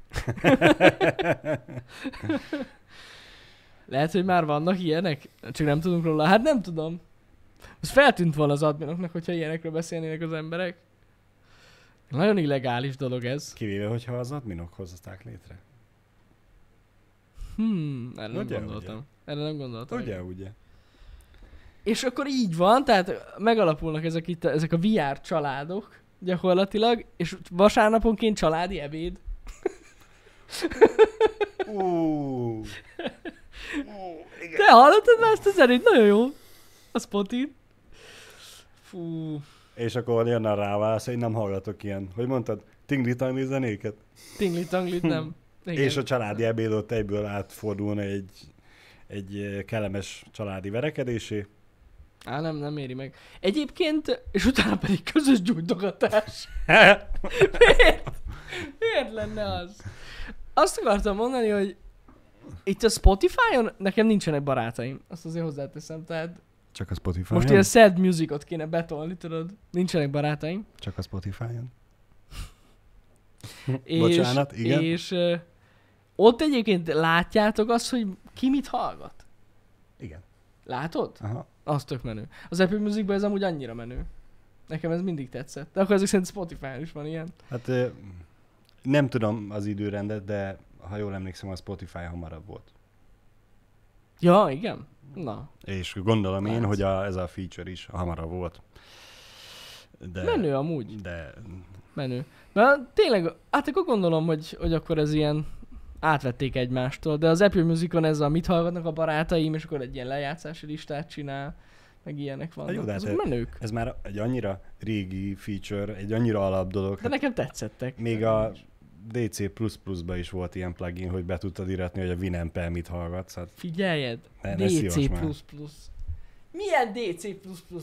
Lehet, hogy már vannak ilyenek, csak nem tudunk róla. Hát nem tudom. Ez feltűnt volna az adminoknak, hogyha ilyenekről beszélnének az emberek. Nagyon illegális dolog ez. Kivéve, hogyha az adminok hozták létre. Hmm, erre nem Ugye, gondoltam. Erre nem gondoltam. Hát Ugye, ugye? És akkor így van, tehát megalapulnak ezek itt, a, ezek a VR családok gyakorlatilag, és vasárnaponként családi ebéd. Ú, Ú, igen. Te hallottad már ezt a zenét? Nagyon jó. A spotin. Fú, És akkor jön a ráválasz, hogy nem hallgatok ilyen. Hogy mondtad? Tingli-tangli zenéket? tinglit tanglit nem. Igen. És a családi ebéd ott egyből átfordulna egy, egy eh, kellemes családi verekedésé. Á, nem, nem éri meg. Egyébként, és utána pedig közös gyújtogatás. [laughs] Miért? Miért lenne az? Azt akartam mondani, hogy itt a Spotify-on nekem nincsenek barátaim. Azt azért hozzáteszem, tehát [laughs] Csak a Spotify-on? most ilyen sad musicot kéne betolni, tudod? Nincsenek barátaim. Csak a Spotify-on? És, Bocsánat, igen. És ö, ott egyébként látjátok azt, hogy ki mit hallgat. Igen. Látod? Aha. Az tök menő. Az Apple Musicben ez amúgy annyira menő. Nekem ez mindig tetszett. De akkor ezek szerint Spotify-on is van ilyen. Hát ö, nem tudom az időrendet, de ha jól emlékszem, a Spotify hamarabb volt. Ja, igen? Na, És gondolom én, Látsz. hogy a, ez a feature is hamarabb volt. De, menő amúgy. de Menő. Na tényleg, hát akkor gondolom, hogy, hogy akkor ez ilyen átvették egymástól, de az Apple Musicon ez a mit hallgatnak a barátaim, és akkor egy ilyen lejátszási listát csinál, meg ilyenek vannak. jó, de hát Azok ez- menők. ez már egy annyira régi feature, egy annyira alap dolog. De Hát nekem tetszettek. még a DC ba is volt ilyen plugin, hogy be tudtad íratni, hogy a Winamp-el mit hallgatsz. Hát, Figyeljed, ne, ne szívas már. DC++. Milyen DC++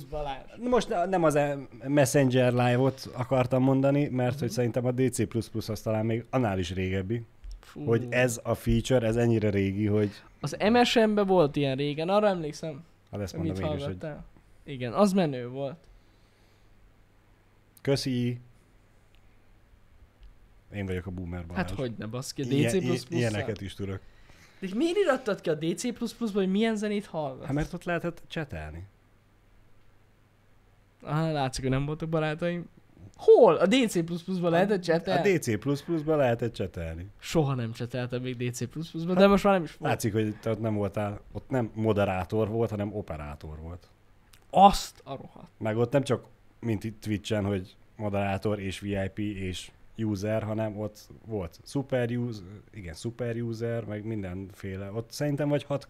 Balázs? Most ne- nem az e- Messenger Mhm. Live-ot akartam mondani, mert hogy szerintem a DC++ az talán még annál is régebbi. Fú. hogy ez a feature, ez ennyire régi, hogy Az MSN-ben volt ilyen régen, arra emlékszem, hát ezt hogy mit mondom én is, hogy hallgattál. Igen, az menő volt. köszi. Én vagyok a boomer Balázs. Hát hogy ne baszki, a Ilyen- i- DC++-szal. Ilyeneket is tudok. De miért irattad ki a DC++-ba, hogy milyen zenét hallgat? Hát mert ott lehetett csetelni. Ah, látszik, hogy nem voltak barátaim. Hol? A DC++-ba lehetett A csetelni? DC++-ba lehetett csetelni. Soha nem cseteltem még DC++-ba, de most már nem is fog. Látszik, hogy te ott nem voltál, ott nem moderátor volt, hanem operátor volt. Azt a rohadt. Meg ott nem csak, mint itt Twitch-en, hogy moderátor és VIP és user, hanem ott volt super user, igen, super user, meg mindenféle. Ott szerintem vagy hat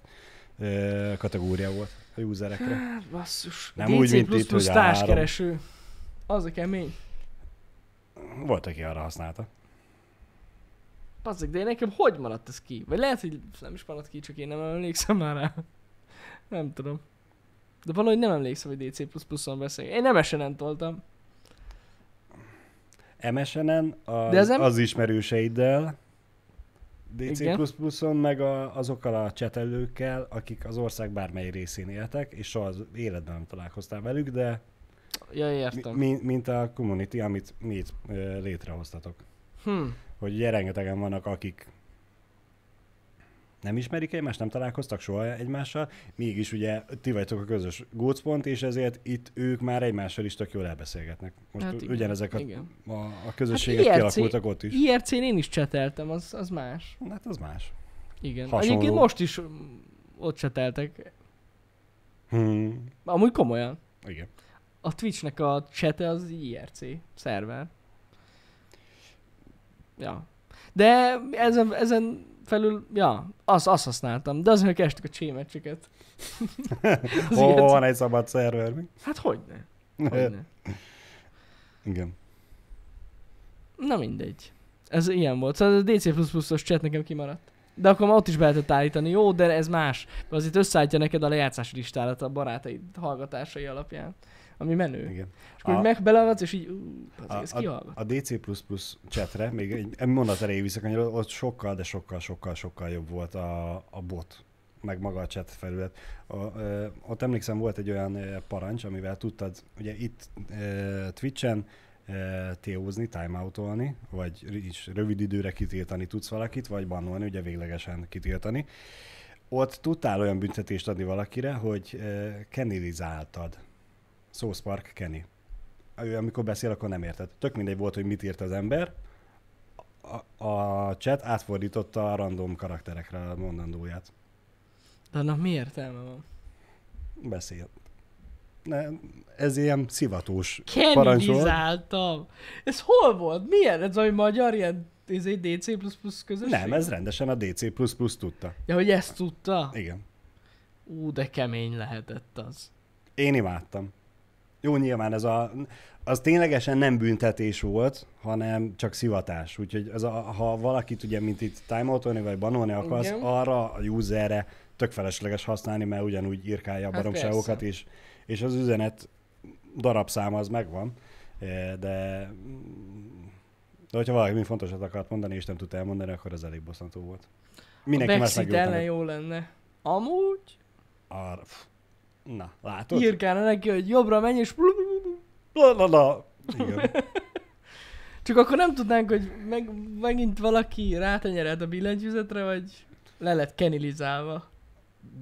ö, kategória volt a userekre. Hát basszus. Nem úgy, mint itt, hogy a három. társkereső. Az a kemény. Volt, aki arra használta. Bazzak, de én nekem hogy maradt ez ki? Vagy lehet, hogy nem is maradt ki, csak én nem emlékszem már rá. Nem tudom. De valahogy nem emlékszem, hogy DC++-on beszélünk. Én nem nem toltam. MSN-en az, De ez nem- az ismerőseiddel, Igen. DC++-on meg a, azokkal a csetelőkkel, akik az ország bármely részén éltek, és soha az életben nem találkoztál velük, de Ja, mi, értem. mi- mint a community, amit mi itt ö, létrehoztatok. Hm. Hogy ugye rengetegen vannak, akik nem ismerik egymást, nem találkoztak soha egymással, mégis ugye ti vagytok a közös gócpont, és ezért itt ők már egymással is tök jól elbeszélgetnek. Most Hát hát igen, ugyanezek a, igen. a, a közösségek Hát hát IRC kialakultak ott is. IRC-n én is cseteltem, az, az más. Hát az más. Igen. Hasonló. Egyébként most is mm, ott cseteltek. Hmm. Amúgy komolyan. Igen. A Twitchnek a csete az IRC szerver. Ja. De ezen, ezen felül, ja, azt, azt használtam. De azért, hogy estük a csémecseket. [laughs] Az Hol IRC van egy szabad szerver? mi? Hát hogyne. hogyne. Igen. Na mindegy. Ez ilyen volt. Szóval a DC++-os chat nekem kimaradt. De akkor már ott is be lehetett állítani. Jó, de ez más. Mert az itt összeállítja neked a lejátszás listádat a barátaid hallgatásai alapján. Ami menő. Igen. És akkor A- így meg belehallgatsz, és így, ú, A, az, ez a, kihallgat. a DC++ chatre, még egy egy mondat erejéig visszakanyarod, ott sokkal, de sokkal, sokkal, sokkal jobb volt a, a bot, meg maga a chat felület. A, ö, ott emlékszem, volt egy olyan ö, parancs, amivel tudtad, ugye itt ö, Twitch-en ö, TO-zni, timeoutolni, vagy r- is rövid időre kitiltani tudsz valakit, vagy bannolni, ugye véglegesen kitiltani. Ott tudtál olyan büntetést adni valakire, hogy ö, kenilizáltad. South Park Kenny ő amikor beszél, akkor nem érted. Tök mindegy volt, hogy mit írt az ember, a, a chat átfordította a random karakterekre a mondandóját. De annak mi értelme van? Beszél. Ne, ez ilyen szivatós. Kennedizáltam! Ez hol volt? Milyen? Ez valami magyar ilyen ez egy DC++ közösség? Nem, ez rendesen a DC++ tudta. Ja, hogy ezt tudta? Igen. Ú, de kemény lehetett az. Én imádtam. Jó, nyilván ez a... Az ténylegesen nem büntetés volt, hanem csak szivatás. Úgyhogy ez a, ha valakit ugye, mint itt timeoutolni vagy banolni akarsz, Igen. Igen. arra a userre tök felesleges használni, mert ugyanúgy irkálja a Hát baromságokat, persze. és, és az üzenet darabszáma az megvan, Eh, de, de hogyha valami fontosat akart mondani, és nem tudta elmondani, akkor az elég bosszantó volt. Mindenki a más Brexit ellen megjött. jó lenne. Amúgy? Arra. pff. Na, látod? Írkálna neki, hogy jobbra menj, és La, la, la. Igen. csak akkor nem tudnánk, hogy meg, megint valaki rátenyerelt a billentyűzetre, vagy le lett kenilizálva.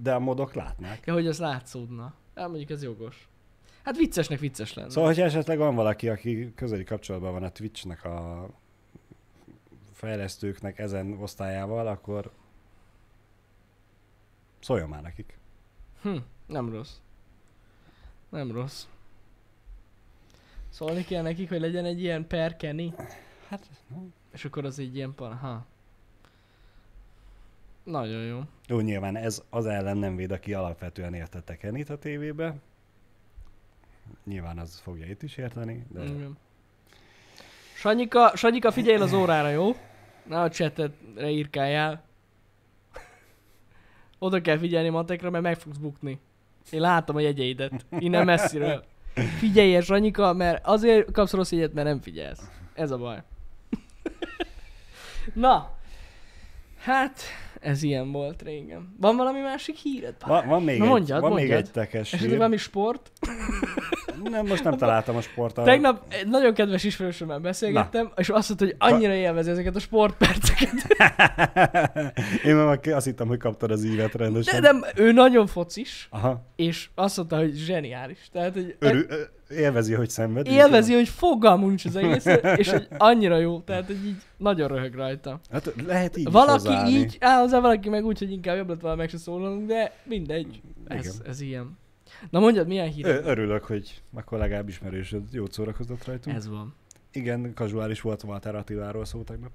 De a modok látnák. Ja, hogy az látszódna. Hát mondjuk ez jogos. Hát viccesnek vicces lenne. Szóval, hogyha esetleg van valaki, aki közeli kapcsolatban van a Twitchnek a fejlesztőknek ezen osztályával, akkor szóljon már nekik. Hm, nem rossz. Nem rossz. Szólni kell nekik, hogy legyen egy ilyen per Kenny. Hát, És akkor az egy ilyen pan... Ha. Nagyon jó. Jó, nyilván ez az ellen nem véd, aki alapvetően értette Kennyt a tévébe. Nyilván az fogja itt is érteni, de Igen. Sanyika, Sanyika, figyelj az órára, jó? Ne a csetetre írkáljál. Oda kell figyelni matekra, mert meg fogsz bukni. Én látom a jegyeidet, innen messziről. Figyelj el, Sanyika, mert azért kapsz rossz jegyet, mert nem figyelsz. Ez a baj. [laughs] Na, Hát, ez ilyen volt régen. Van valami másik híred? Pál? Van, van még, Na egy, mondjad, van még mondjad. egy tekes Esetleg hír. valami sport? Nem, most nem találtam a sporttal. Tegnap egy nagyon kedves ismerősömmel beszélgettem, és ő azt mondta, hogy annyira élvezi ezeket a sportperceket. [laughs] [laughs] Én már azt hittem, hogy kaptad az ívet De rendesen. nem, ő nagyon focis, Aha, és azt mondta, hogy zseniális. Tehát, hogy örül, ö, élvezi, hogy szenved. élvezi, hogy fogalmunk nincs az egész, és hogy annyira jó, tehát hogy így nagyon röhög rajta. Hát lehet így is valaki hozzáállni. így áll hozzá, valaki meg úgy, hogy inkább jobb lett volna meg se szólalunk, de mindegy. Ez, Igen. ez ilyen. Na mondjad, milyen hír? Ö, örülök, hogy a kollégám ismerősöd jót szórakozott rajtunk. Ez van. Igen, kazuális volt Walter Attiláról szó tegnap.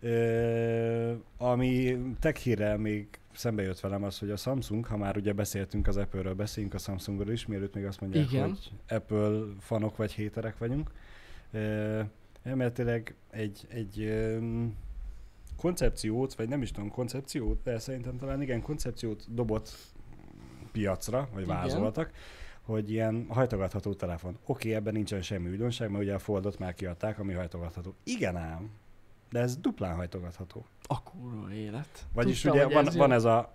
Ö, ami tech hírrel még szembe jött velem az, hogy a Samsung, ha már ugye beszéltünk az Apple-ről, beszéljünk a Samsungról is, mielőtt még azt mondják, Igen. hogy Apple fanok vagy héterek vagyunk. Ö, elméletileg egy, egy öm, koncepciót, vagy nem is tudom koncepciót, de szerintem talán igen, koncepciót dobott piacra, vagy Igen. vázoltak, hogy ilyen hajtogatható telefon. Oké, okay, ebben nincsen semmi újdonság, mert ugye a Foldot már kiadták, ami hajtogatható. Igen ám, de ez duplán hajtogatható. A kurva élet. Vagyis Tudtam, Tudtam, ugye hogy van ez, ez van jön. ez a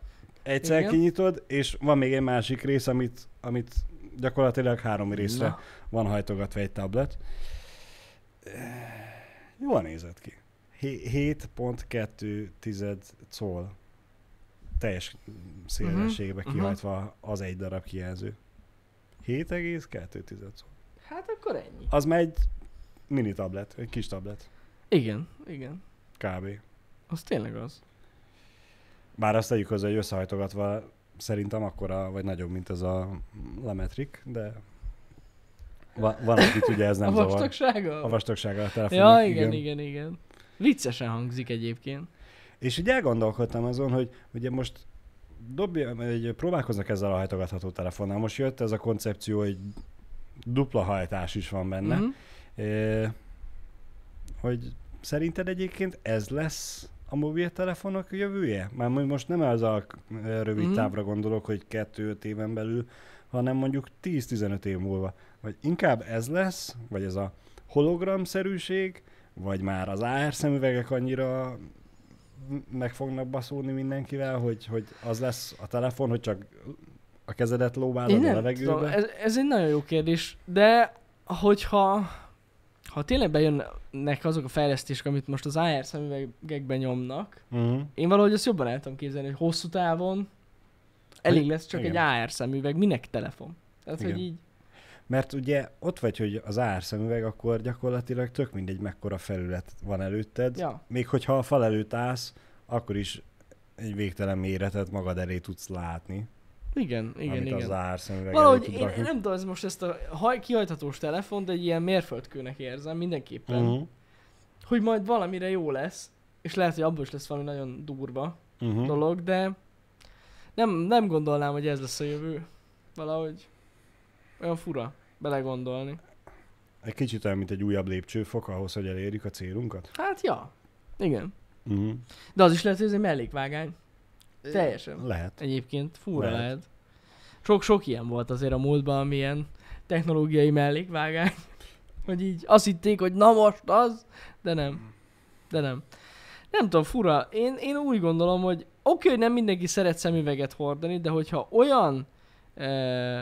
egyszer Igen. Igen. kinyitod, és van még egy másik rész, amit, amit gyakorlatilag három részre Na. van hajtogatva egy tablet. Eh, Jól nézett ki. Hé- 7.2 tized col teljes szélességbe Mhm, uh-huh. mhm. kihajtva az egy darab kijelző. 7,2 tized col. Hát akkor ennyi. Az már egy mini tablet, egy kis tablet, Igen, igen. kb. Az tényleg az. Bár azt tegyük hozzá, hogy összehajtogatva szerintem akkora, vagy nagyobb, mint ez a Lemetrik, de va- van, akit ugye ez nem a zavar. vastagsága? A vastagsága a telefonnak. ja, igen, igen, igen. Viccesen hangzik egyébként. És így elgondolkodtam azon, hogy ugye most dobja, hogy próbálkoznak ezzel a hajtogatható telefonnal. Most jött ez a koncepció, hogy dupla hajtás is van benne. Mhm. Ö, hogy szerinted egyébként ez lesz a mobiltelefonok jövője? Már mo- most nem az a k- rövid Mhm. mm. távra gondolok, hogy 2-5 éven belül, hanem mondjuk 10-15 év múlva. Vagy inkább ez lesz, vagy ez a hologramszerűség, vagy már az AR szemüvegek annyira m- meg fognak baszódni mindenkivel, hogy, hogy az lesz a telefon, hogy csak a kezedet Én lóbálod a nem tudom, levegőbe. ez, ez egy nagyon jó kérdés, de hogyha ha tényleg bejönnek azok a fejlesztések, amit most az AR szemüvegekben nyomnak, Mhm. én valahogy azt jobban el tudom képzelni, hogy hosszú távon elég lesz csak igen. egy AR szemüveg, minek telefon. Tehát, Igen. hogy így, Mert ugye ott vagy, hogy az árszemüveg, akkor gyakorlatilag tök mindegy, mekkora felület van előtted. Ja. ja, Még hogyha a fal előtt állsz, akkor is egy végtelen méretet magad elé tudsz látni, igen, igen, igen, amit igen. az igen. árszemüveg elé Valahogy tud én, én rakni. nem tudom, ez most ezt a haj, kihajthatós telefon, de egy ilyen mérföldkőnek érzem mindenképpen. Uh-huh. Uh-huh. Hogy majd valamire jó lesz, és lehet, hogy abból is lesz valami nagyon durva, Uh-huh. dolog, de nem, nem gondolnám, hogy ez lesz a jövő. Valahogy olyan fura belegondolni. Egy kicsit olyan, mint egy újabb lépcsőfok ahhoz, hogy elérjük a célunkat. Hát ja, igen. Uh-huh. De az is lehet, hogy ez egy mellékvágány. Teljesen. Lehet. Egyébként fura Lehet. lehet. Sok-sok ilyen volt azért a múltban, amilyen technológiai mellékvágány. [laughs] Hogy így azt hitték, hogy na most az, de nem. De nem. Nem tudom, fura. Én, én úgy gondolom, hogy oké, hogy nem mindenki szeret szemüveget hordani, de hogyha olyan ö,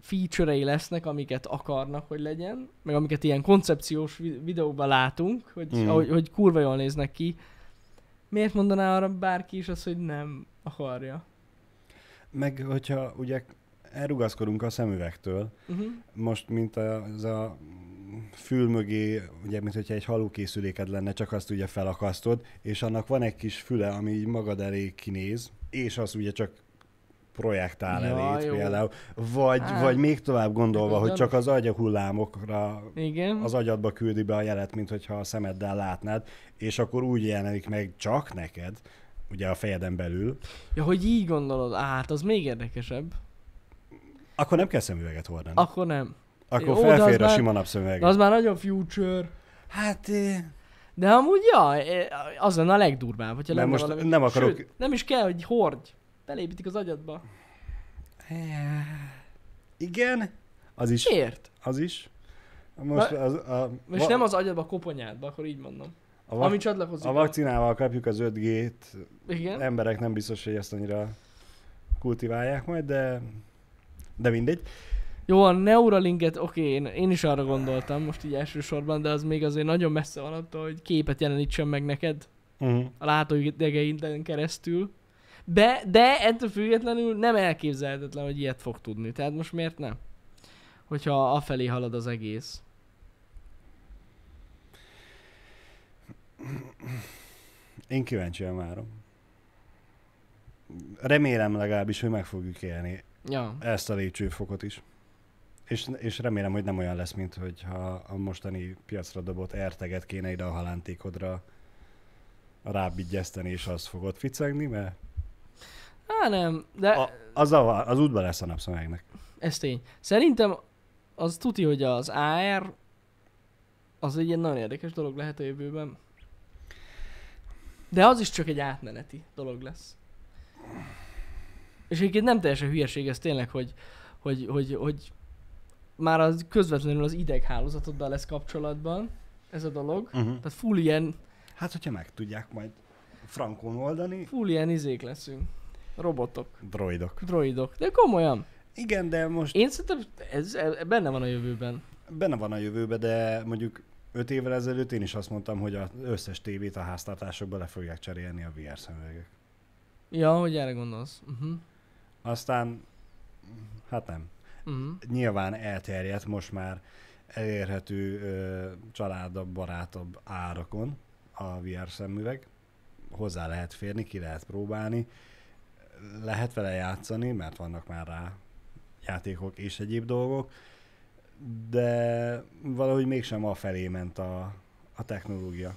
feature-ei lesznek, amiket akarnak, hogy legyen, meg amiket ilyen koncepciós vi- videókban látunk, hogy, Mhm. mm. ahogy, hogy kurva jól néznek ki, miért mondaná arra bárki is azt, hogy nem akarja? Meg hogyha ugye elrugaszkodunk a szemüvegtől, Uh-huh. most, mint a- az a fül mögé, ugye, mint hogyha egy halókészüléked lenne, csak azt ugye felakasztod, és annak van egy kis füle, ami így magad elé kinéz, és az ugye csak projektál Ja, elét jó. Hát, például. Vagy, Á. vagy még tovább gondolva, Ez hogy nem- csak az agyahullámokra Igen. az agyadba küldi be a jelet, mint hogyha a szemeddel látnád, és akkor úgy jelenik meg csak neked, ugye a fejeden belül, Ja, hogy így gondolod, Á, hát az még érdekesebb. akkor nem kell szemüveget hordani. A, Akkor nem. akkor Ah, jó, de az felfér a már- sima De napszemüveg. az már nagyon future. Hát... eh, De amúgy, ja, eh, az lenne a legdurvább, hogyha Mert lenne most valami. nem akarok- Sőt, nem is kell, hogy hordj. Belépítik az agyadba. Igen, az is. Miért? Az is. Most Na, az, a, És va- nem az agyadba, a koponyádba, akkor így mondom. A, Ami vak- csatlakozik. a e- vakcinával kapjuk az 5G-t, Igen. emberek nem biztos, hogy ezt annyira kultiválják majd, de, de mindegy. Jó, a Neuralinket, oké, én, én is arra gondoltam most így elsősorban, de az még azért nagyon messze van attól, hogy képet jelenítsen meg neked Uh-huh. a látóidegeinden keresztül. De, de ettől függetlenül nem elképzelhetetlen, hogy ilyet fog tudni. Tehát most miért nem? Hogyha afelé halad az egész. Én kíváncsian várom. Remélem legalábbis, hogy meg fogjuk élni Ja. ezt a lépcsőfokot is. És, és remélem, hogy nem olyan lesz, mint hogyha a mostani piacra dobott erteget kéne ide a halántékodra rábigyeszteni, és azt fogod ficegni, mert Á, nem, de a, az, a, az útban lesz a napszemegnek. ez tény. Szerintem az tuti, hogy az AR az egy ilyen nagyon érdekes dolog lehet a jövőben. De az is csak egy átmeneti dolog lesz. És egyébként nem teljesen hülyeség ez tényleg, hogy, hogy, hogy, hogy már az közvetlenül az ideghálózatoddal lesz kapcsolatban ez a dolog. Uh-huh. Tehát full ilyen, Hát, hogyha meg tudják majd frankon oldani, full ilyen izék leszünk. Robotok, droidok. droidok. De komolyan. Igen, de most Én szerintem ez, ez benne van a jövőben. benne van a jövőbe, de mondjuk öt évvel ezelőtt én is azt mondtam, hogy az összes tévét a háztartásokba le fogják cserélni a VR szemüvegek. Ja, hogy erre gondolsz. Uh-huh. Aztán, hát nem. Uh-huh. nyilván elterjedt most már elérhető ö, családabb, barátabb árakon a VR szemüveg. Hozzá lehet férni, ki lehet próbálni, lehet vele játszani, mert vannak már rá játékok és egyéb dolgok, de valahogy mégsem afelé ment a, a technológia.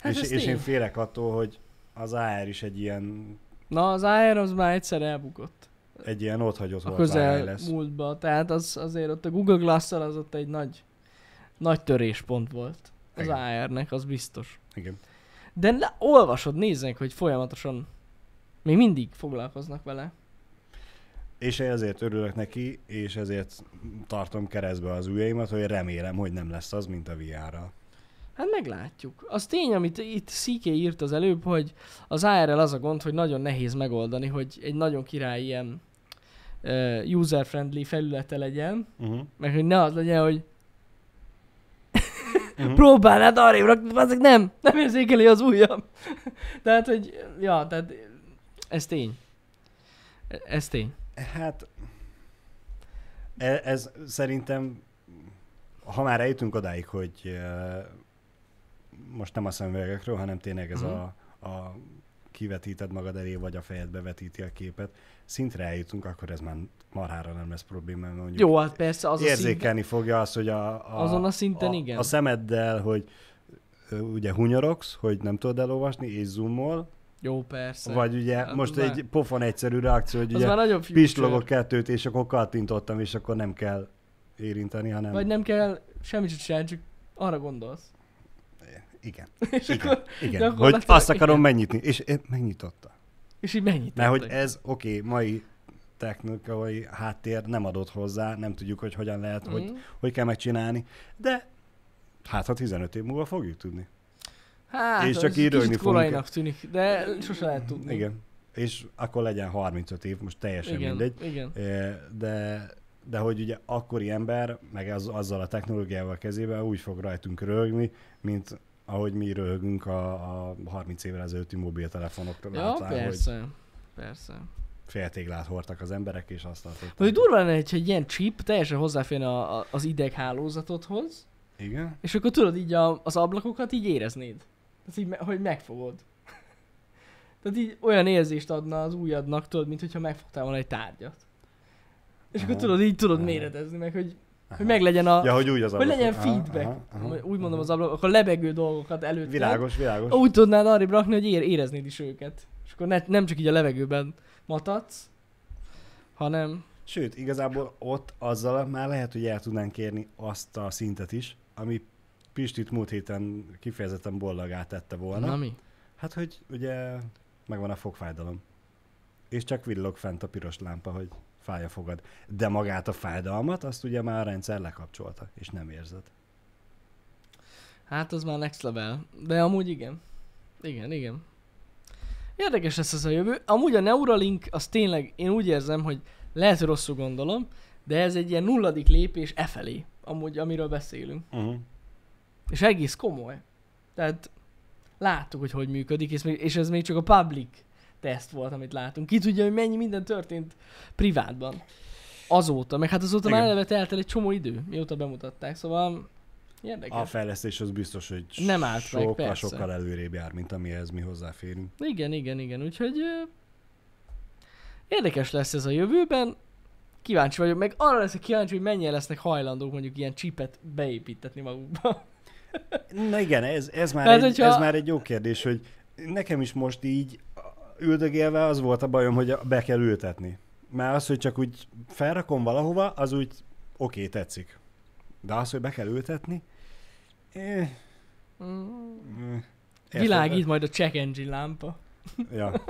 Hát és, ez és én tény. félek attól, hogy az AR is egy ilyen, Na, az AR az már egyszer elbukott. egy ilyen otthagyott A holtvágány közel lesz. múltba. Tehát az, azért ott a Google glass az ott egy nagy, nagy töréspont volt. Az Igen. AR-nek, az biztos. Igen. De le, olvasod, néznek, hogy folyamatosan még mindig foglalkoznak vele. És én ezért örülök neki, és ezért tartom keresztbe az ujjaimat, hogy remélem, hogy nem lesz az, mint a VR-ra. Hát meglátjuk. Az tény, amit itt CK írt az előbb, hogy az ARL az a gond, hogy nagyon nehéz megoldani, hogy egy nagyon király ilyen uh, user-friendly felülete legyen, Uh-huh. meg hogy ne az legyen, hogy Mhm. [laughs] próbálnád arrébb rakni, azok nem, nem érzékeli az ujjam. [laughs] tehát, hogy, ja, tehát ez tény. E- Ez tény. Hát e- ez szerintem, ha már eljutunk odáig, hogy eh, most nem a szemüvegekről, hanem tényleg ez uh-huh. a, a kivetíted magad elé, vagy a fejedbe vetíti a képet, szintre eljutunk, akkor ez már marhára nem lesz probléma, mert mondjuk Jó, hát persze az a szint, érzékelni fogja azt, hogy a, a, Azon a szinten a, igen. A szemeddel, hogy ö, ugye hunyorogsz, hogy nem tudod elolvasni, és zoomol, Jó, persze. vagy ugye Hát az most már- egy pofon egyszerű reakció, hogy az ugye már nagyobb future. pislogok kettőt, és akkor kattintottam, és akkor nem kell érinteni, hanem... Vagy nem kell semmit se csinálni, csak arra gondolsz. [laughs] Igen, És akkor igen, igen. gyakorlatilag hogy azt igen. akarom megnyitni, és én megnyitotta. És így mennyit Mert hogy tettek? ez, oké, okay, mai technikai háttér nem adott hozzá, nem tudjuk, hogy hogyan lehet, hogy Mm. hogy kell megcsinálni, de hát ha 15 év múlva fogjuk tudni. Hát, és az csak így kicsit rögni fogunk. korainak tűnik, de sose lehet tudni. Igen. És akkor legyen 35 év, most teljesen igen, mindegy. igen. Ö, De, de hogy ugye akkori ember, meg az, azzal a technológiával kezével úgy fog rajtunk röhögni, mint ahogy mi röhögünk a, a 30 évvel ezelőtti mobiltelefonokra, Ja, látván, hogy persze. Persze. féltéglát hordtak az emberek, és azt tartották. Vagy durva lenne, hogyha egy ilyen chip teljesen hozzáférne a, a, az ideghálózatodhoz, Igen? és akkor tudod így a, az ablakokat így éreznéd. Tehát így, me- hogy megfogod. [laughs] Tehát így olyan érzést adna az ujjadnak, tudod, mint hogyha megfogtál volna egy tárgyat. És akkor Aha. tudod, így tudod Aha. méretezni meg, hogy, Aha. hogy meglegyen a, Ja, hogy úgy az hogy ablak- legyen Aha, feedback. aha, aha, Úgy mondom aha. az ablak, akkor lebegő dolgokat előtt. Világos, világos. Úgy tudnád arrébb rakni, hogy ér, éreznéd is őket. És akkor ne, nem csak így a levegőben matadsz, hanem... Sőt, igazából ott azzal már lehet, hogy el tudnánk érni azt a szintet is, ami Pistit múlt héten kifejezetten boldogát tette volna. Na Nem. mi? Hát, hogy ugye megvan a fogfájdalom. És csak villog fent a piros lámpa, hogy fáj a fogad. De magát a fájdalmat, azt ugye már a rendszer lekapcsolta, és nem érzed. Hát az már next level. De amúgy igen. Igen, igen. Érdekes lesz ez a jövő. Amúgy a Neuralink az tényleg, én úgy érzem, hogy lehet, hogy rosszul gondolom, de ez egy ilyen nulladik lépés e felé, amúgy amiről beszélünk. Uh-huh. És egész komoly. Tehát láttuk, hogy hogy működik, és, még, és ez még csak a public teszt volt, amit látunk. Ki tudja, hogy mennyi minden történt privátban azóta. Meg hát azóta már Igen. eleve telt el egy csomó idő, mióta bemutatták, szóval érdekes. A fejlesztés az biztos, hogy Nem állt meg, sokkal, persze. sokkal előrébb jár, mint amihez mi hozzáférünk. Igen, igen, igen, úgyhogy ö, érdekes lesz ez a jövőben. Kíváncsi vagyok, meg arra leszek kíváncsi, hogy mennyien lesznek hajlandók mondjuk ilyen csipet beépítetni magukba. Na igen, ez, ez, már, Hát, egy, hogyha- ez már egy jó kérdés, hogy nekem is most így üldögélve az volt a bajom, hogy be kell ültetni. Már az, hogy csak úgy felrakom valahova, az úgy oké, okay, tetszik. De az, hogy be kell ültetni, eh, Mm. mm, érted? Világít majd a check engine lámpa. Ja,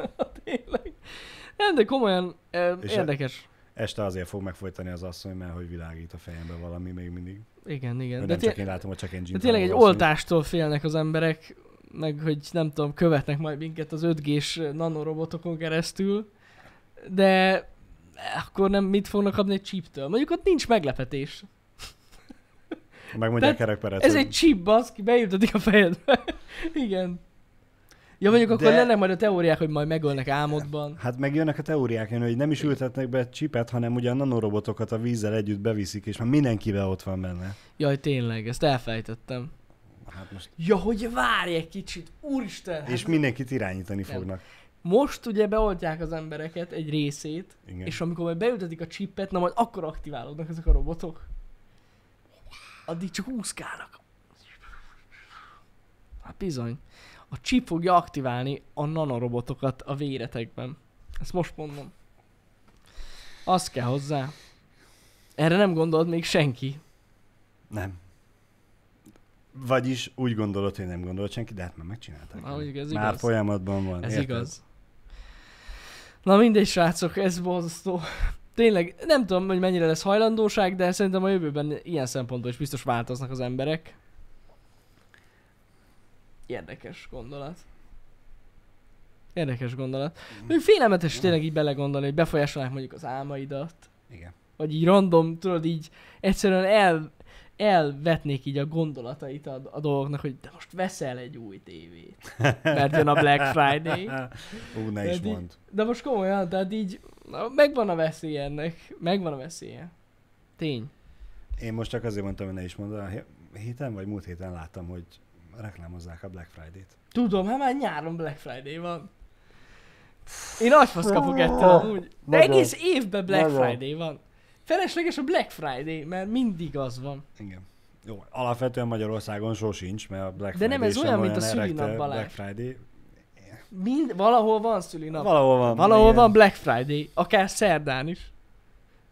Tényleg. Nem, de komolyan ö, És a- érdekes. este azért fog megfojtani az asszony, mert hogy világít a fejembe valami még mindig. Igen, igen. Hogy De, nem csak té- én látom a check engine de tényleg egy oltástól félnek az emberek, meg hogy nem tudom, követnek majd minket az 5G-s nanorobotokon keresztül, de akkor nem mit fognak kapni egy chiptől? Mondjuk ott nincs meglepetés. Megmondja a Tehát kerekperet, Ez Hát, hogy- egy chip, baszki, beültetik a fejedbe. [laughs] Igen. Ja, mondjuk akkor De- de... lennek majd a teóriák, hogy majd megölnek álmodban. Hát meg jönnek a teóriák, jön, hogy nem is ültetnek be csipet, hanem ugye a nanorobotokat a vízzel együtt beviszik, és már mindenkivel ott van benne. Jaj, tényleg, ezt elfejtettem. Hát most... Ja, hogy várj egy kicsit, úristen! És Hát mindenkit irányítani fognak. most ugye beoltják az embereket egy részét, Igen. és amikor majd beültetik a chipet, na majd akkor aktiválódnak ezek a robotok. Addig csak úszkálnak. Hát bizony. A chip fogja aktiválni a nanorobotokat a véretekben. Ezt most mondom. Az kell hozzá. Erre nem gondolt még senki. Nem. Vagyis úgy gondolod, hogy nem gondolt senki, de hát már megcsinálták. Na, mondjuk ez már igaz. folyamatban van. Ez érted? igaz. Na mindegy, srácok, ez borzasztó. Tényleg, nem tudom, hogy mennyire lesz hajlandóság, de szerintem a jövőben ilyen szempontból is biztos változnak az emberek. Érdekes gondolat. Érdekes gondolat. Mm. Még félelmetes tényleg így belegondolni, hogy befolyásolják mondjuk az álmaidat, Igen. vagy így random, tudod így egyszerűen el, elvetnék így a gondolatait a, a dolgoknak, hogy de most veszel egy új [laughs] tévét, mert jön a Black Friday. Ú, ne is Pedig- mond. De most komolyan, tehát így na, megvan a veszély ennek. Megvan a veszélye. Tény. Én most csak azért mondtam, hogy ne is mond. A hé- héten vagy múlt héten láttam, hogy reklámozzák a Black Friday-t. Tudom, hát már nyáron Black Friday van. Én nagy fasz kapok ettől amúgy. De egész évben Black Nagyon. Friday van. Felesleges a Black Friday, mert mindig az van. Igen. Jó, alapvetően Magyarországon sosincs, mert a Black De Friday nem, ez sem olyan, mint a erekte szülinap, Balázs. Black Friday. Mind, valahol van szülinap. Valahol van. Valahol igen. van Black Friday, akár szerdán is.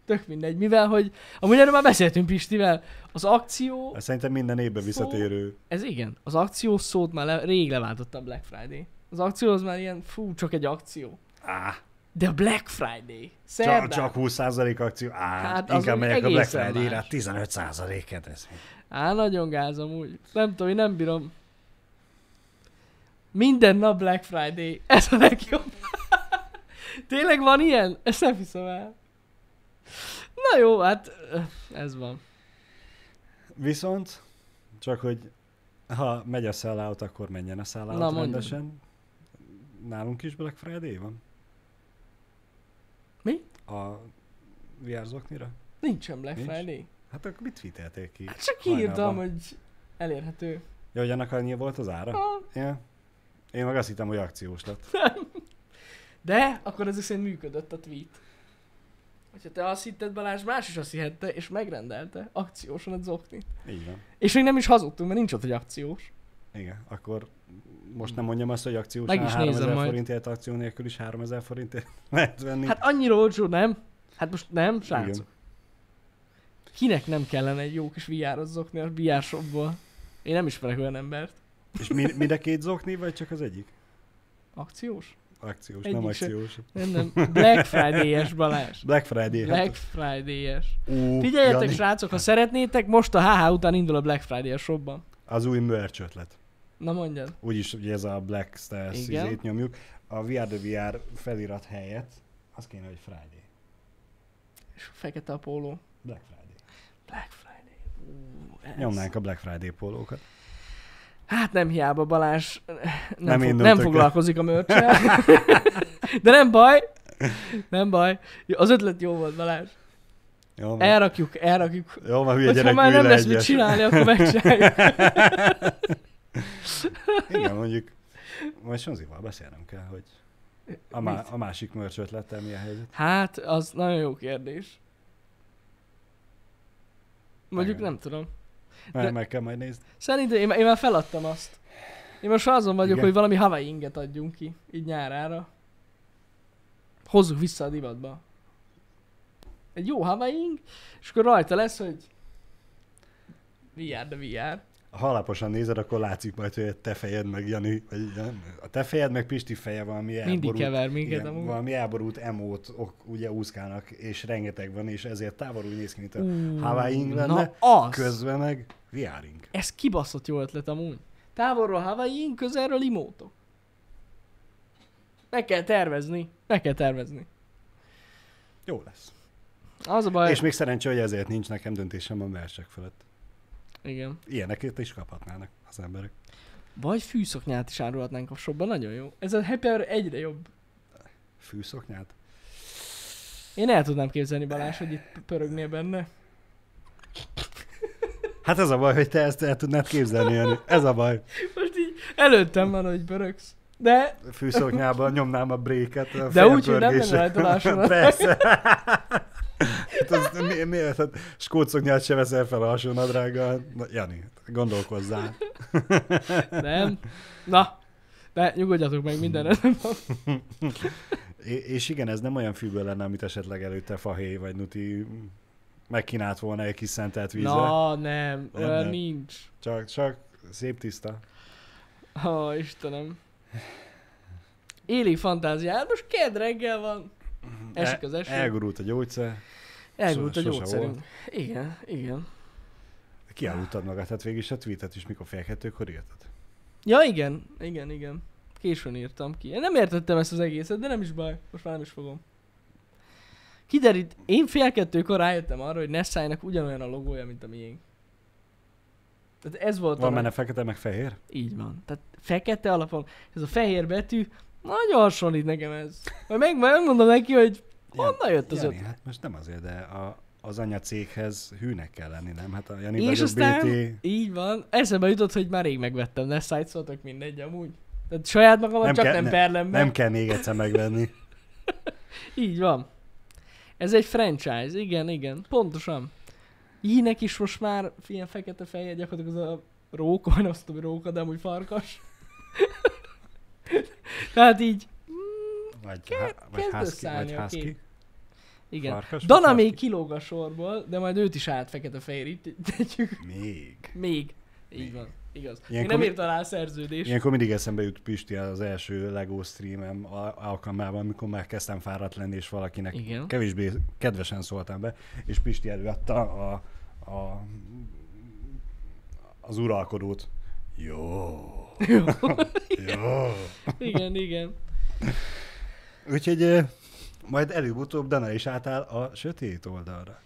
Tök mindegy, mivel hogy... Amúgy erről már beszéltünk Pistivel, az akció... Ez Szerintem minden évben Szó- visszatérő. Ez igen, az akció szót már le, rég leváltotta a Black Friday. Az akció az már ilyen, fú, csak egy akció. Á, De a Black Friday, szerdán. csak, csak 20% akció. Á, Hát hát az inkább úgy megyek a Black egészen Friday-ra. más. 15%-et ez. Á, nagyon gázom úgy. Nem tudom, én nem bírom. Minden nap Black Friday, ez a legjobb. [laughs] Tényleg van ilyen? Ezt nem hiszem el. Na jó, hát ö, ez van. Viszont, csak hogy ha megy a sellout, akkor menjen a sellout Na, Na, mondjad. rendesen. Nálunk is Black Friday van? Mi? A VR zoknira? Nincsen Black Nincs? Friday. Hát akkor mit vitelték ki? Hát csak Hajnalban. írtam, hogy elérhető. Ja, hogy annak annyi volt az ára? Ah, Ja. Én meg azt hittem, hogy akciós lett. De akkor ezek szerint működött a tweet. Hogyha te azt hitted, Balázs más is azt hihette, és megrendelte akciósan a zokni. Így van. És még nem is hazudtunk, mert nincs ott, hogy akciós. Igen, akkor most nem mondjam azt, hogy akciós Meg is nézem 3000 majd. forintért, akció nélkül is 3000 forintért [laughs] lehet venni. Hát annyira olcsó, nem? Hát most nem, Igen. srácok. Kinek nem kellene egy jó kis VR zokni a VR shopból? Én nem ismerek olyan embert. És mi, mind a két zokni, vagy csak az egyik? Akciós? Akciós, Egyik nem se. akciós. Nem, [laughs] nem. Black Friday-es, Balázs. Black Friday. Black Hát, Friday-es. ú, Figyeljetek, Jani. srácok, ha szeretnétek, most a HH után indul a Black Friday a shopban. az új merch ötlet. Na mondjad. Úgyis ugye ez a Black Stars Igen. izét nyomjuk. A VR the VR felirat helyett az kéne, hogy Friday. És fekete a póló. Black Friday. Black Friday. Ú, ez- Nyomnánk a Black Friday pólókat. Hát nem hiába Balázs Nem nem, én nem, fog, nem döntök. foglalkozik a [laughs] mörcsel. De nem baj. Nem baj. Az ötlet jó volt Balázs. Jó van. Elrakjuk, elrakjuk. Jó van, hülye Er- Hogyha gyerek, már ülj nem le lesz mit egyet. csinálni, [laughs] akkor megcsináljuk. Igen, mondjuk. Majd Sonzival beszélnem kell, hogy a, má- Mit? a másik merch ötlettel mi a helyzet. Hát, az nagyon jó kérdés. Mondjuk Igen. nem tudom. Már De- meg kell majd nézni. Szerintem én, én már feladtam azt. Én most azon vagyok, Igen. hogy valami Hawaii inget adjunk ki, így nyárára. Hozzuk vissza a divatba. Egy jó Hawaii ing, és akkor rajta lesz, hogy VR, de VR. Ha alaposan nézed, akkor látszik majd, hogy a te fejed meg Jani, vagy nem, a te fejed meg Pisti feje valami Mindig elborult. kever minket Igen, amúgy. valami elborult emót ok, ugye úszkálnak, és rengeteg van, és ezért távolul néz ki, mint a Ú, Hawaii ing Na lenne, az! közben meg viáring. Ez kibaszott jó ötlet amúgy. Távolról Hawaii ing, közelről imótok. Meg kell tervezni. Meg kell tervezni. Jó lesz. Az a baj. És még szerencsé, hogy ezért nincs nekem döntésem a versek fölött. Igen. Ilyeneket is kaphatnának az emberek. Vagy fűszoknyát is árulhatnánk a shopban, nagyon jó. Ez a happy hour egyre jobb. Fűszoknyát? Én el tudnám képzelni Balázs, hogy itt pörögnél benne. Hát ez a baj, hogy te ezt el tudnád képzelni, Jani. Ez a baj. Most így előttem van, hogy pörögsz. De fűszoknyában nyomnám a bréket. A De úgy, hogy nem fejpörgésen. lenne rajta másolat. [laughs] Persze. Hát az, mi, mi, hát skócoknyát se veszel fel alsó nadrággal. Na, Jani, gondolkozzál. nem. Na, de nyugodjatok meg minden Hmm, rendben van. É- és igen, ez nem olyan fűből lenne, amit esetleg előtte fahé vagy nuti megkínált volna egy kis szentelt vízzel. Na, nem, Nem, olyan nem. nincs. Csak, csak szép tiszta. Ó, oh, Istenem. Éli fantáziád, most kedd reggel van. Esik az eső. Elgurult a gyógyszer. Elgult a sose gyógyszerünk. volt. Igen, igen. Kialudtad magad, hát végig is a tweetet is, mikor fél kettőkor írtad. Ja, igen, igen, igen. Későn írtam ki. Én nem értettem ezt az egészet, de nem is baj. Most már nem is fogom. Kiderít, én fél kettőkor rájöttem arra, hogy Nessájnak ugyanolyan a logója, mint a miénk. Tehát ez volt Van a... benne fekete, meg fehér? Így van. Tehát fekete alapon. Ez a fehér betű, nagyon hasonlít nekem ez. Majd meg, majd megmondom neki, hogy honnan jött az Jani, ötlet. hát most nem azért, de a, az anyacéghez hűnek kell lenni, nem? Hát a Jani És vagyok, aztán- BT, Így van. Eszembe jutott, hogy már rég megvettem Nessájt, szóval tök mindegy amúgy. Tehát saját magamat Nem csak kell- nem ne- perlem meg. nem kell még egyszer megvenni. Így van. Ez egy franchise, igen, igen, pontosan. Ínek is most már ilyen fekete feje, gyakorlatilag az a róka, vagy azt tudom, hogy róka, de amúgy farkas. [laughs] Tehát így, mm, Vagy, Ke- há, vagy kezd házki, összeállni vagy a házki. kép. igen. Farkas, vagy Dana még házki? kilóg a sorból, de majd őt is át fekete fehér, így tetjük. Még. Még. Még. Így van, igaz. Még Ilyenkor nem mi- írta alá a szerződést. Ilyenkor mindig eszembe jut Pisti az első LEGO streamem al- alkalmával, amikor már kezdtem fáradt lenni, és valakinek Igen. kevésbé kedvesen szóltam be, és Pisti előadta a, a, az uralkodót. Jó. Jó. [laughs] Jó. [laughs] igen, igen. Úgyhogy eh, majd előbb-utóbb Dana is átáll a sötét oldalra.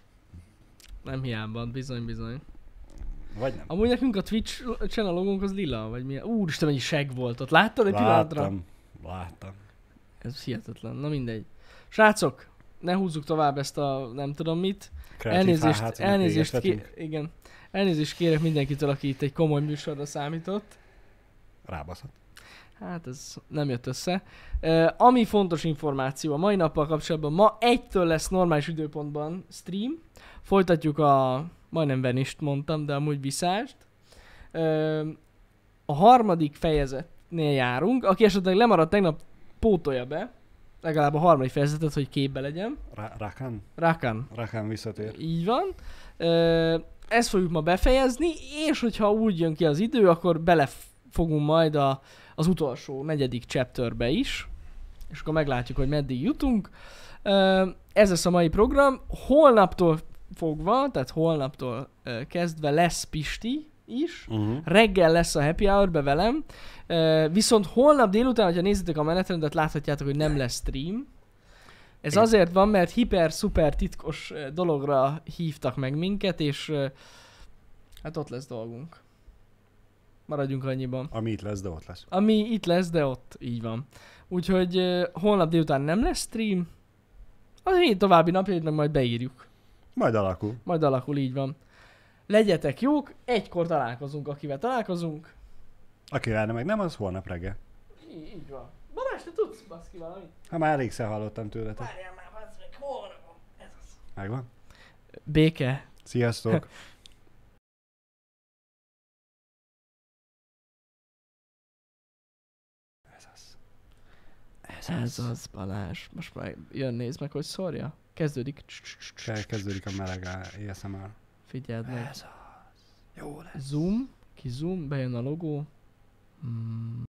Nem hiában, bizony, bizony. Vagy nem? Amúgy nekünk a Twitch channel logónk az lila, vagy mi? Úristen, mennyi seg volt ott. Láttad egy pillanatra? láttam, láttam. Ez hihetetlen. Na mindegy. Srácok, ne húzzuk tovább ezt a nem tudom mit. Kreatív hát, elnézést, hh-t, amit elnézést, ké- égethetünk. igen. elnézést kérek mindenkitől, aki itt egy komoly műsorra számított. Rábaszott. Hát ez nem jött össze. Uh, ami fontos információ a mai nappal kapcsolatban, ma egytől lesz normális időpontban stream. Folytatjuk a, majdnem venist mondtam, de amúgy viszást. Uh, a harmadik fejezetnél járunk. Aki esetleg lemaradt tegnap, pótolja be. Legalább a harmadik fejezetet, hogy képbe legyen. Ra- Rakan? Rákán. Rakan visszatér. Így van. Ö, ezt fogjuk ma befejezni, és hogyha úgy jön ki az idő, akkor bele fogunk majd a, az utolsó, negyedik chapterbe is, és akkor meglátjuk, hogy meddig jutunk. Ö, ez lesz a mai program. Holnaptól fogva, tehát holnaptól ö, kezdve lesz Pisti, is. Uh-huh. Reggel lesz a happy hour be velem. Ö, Viszont holnap délután, hogyha nézitek a menetrendet, láthatjátok, hogy nem lesz stream. Ez Igen. azért van, mert hiper-szuper titkos ö, dologra hívtak meg minket, és ö, hát ott lesz dolgunk. Maradjunk annyiban. Ami itt lesz, de ott lesz. Ami itt lesz, de ott így van. Úgyhogy ö, holnap délután nem lesz stream. A hét további napjait meg majd beírjuk. Majd alakul. Majd alakul, így van. Legyetek jók, egykor találkozunk, akivel találkozunk. Aki várna meg nem, az holnap reggel. Így, így van. Balázs, te tudsz baszki valamit? Ha már régszer hallottam tőletek. Várjál már, bazd meg, hol van? Ez az. Megvan. Béke. Sziasztok! [laughs] Ez az. Ez az, Balázs. Most már jön, nézd meg, hogy szórja. Kezdődik. Kell- Kezdődik a meleg á- ASMR. Figyeld meg. Ez az. Jó lesz. Zoom, ki zoom, bejön a logó. Mm.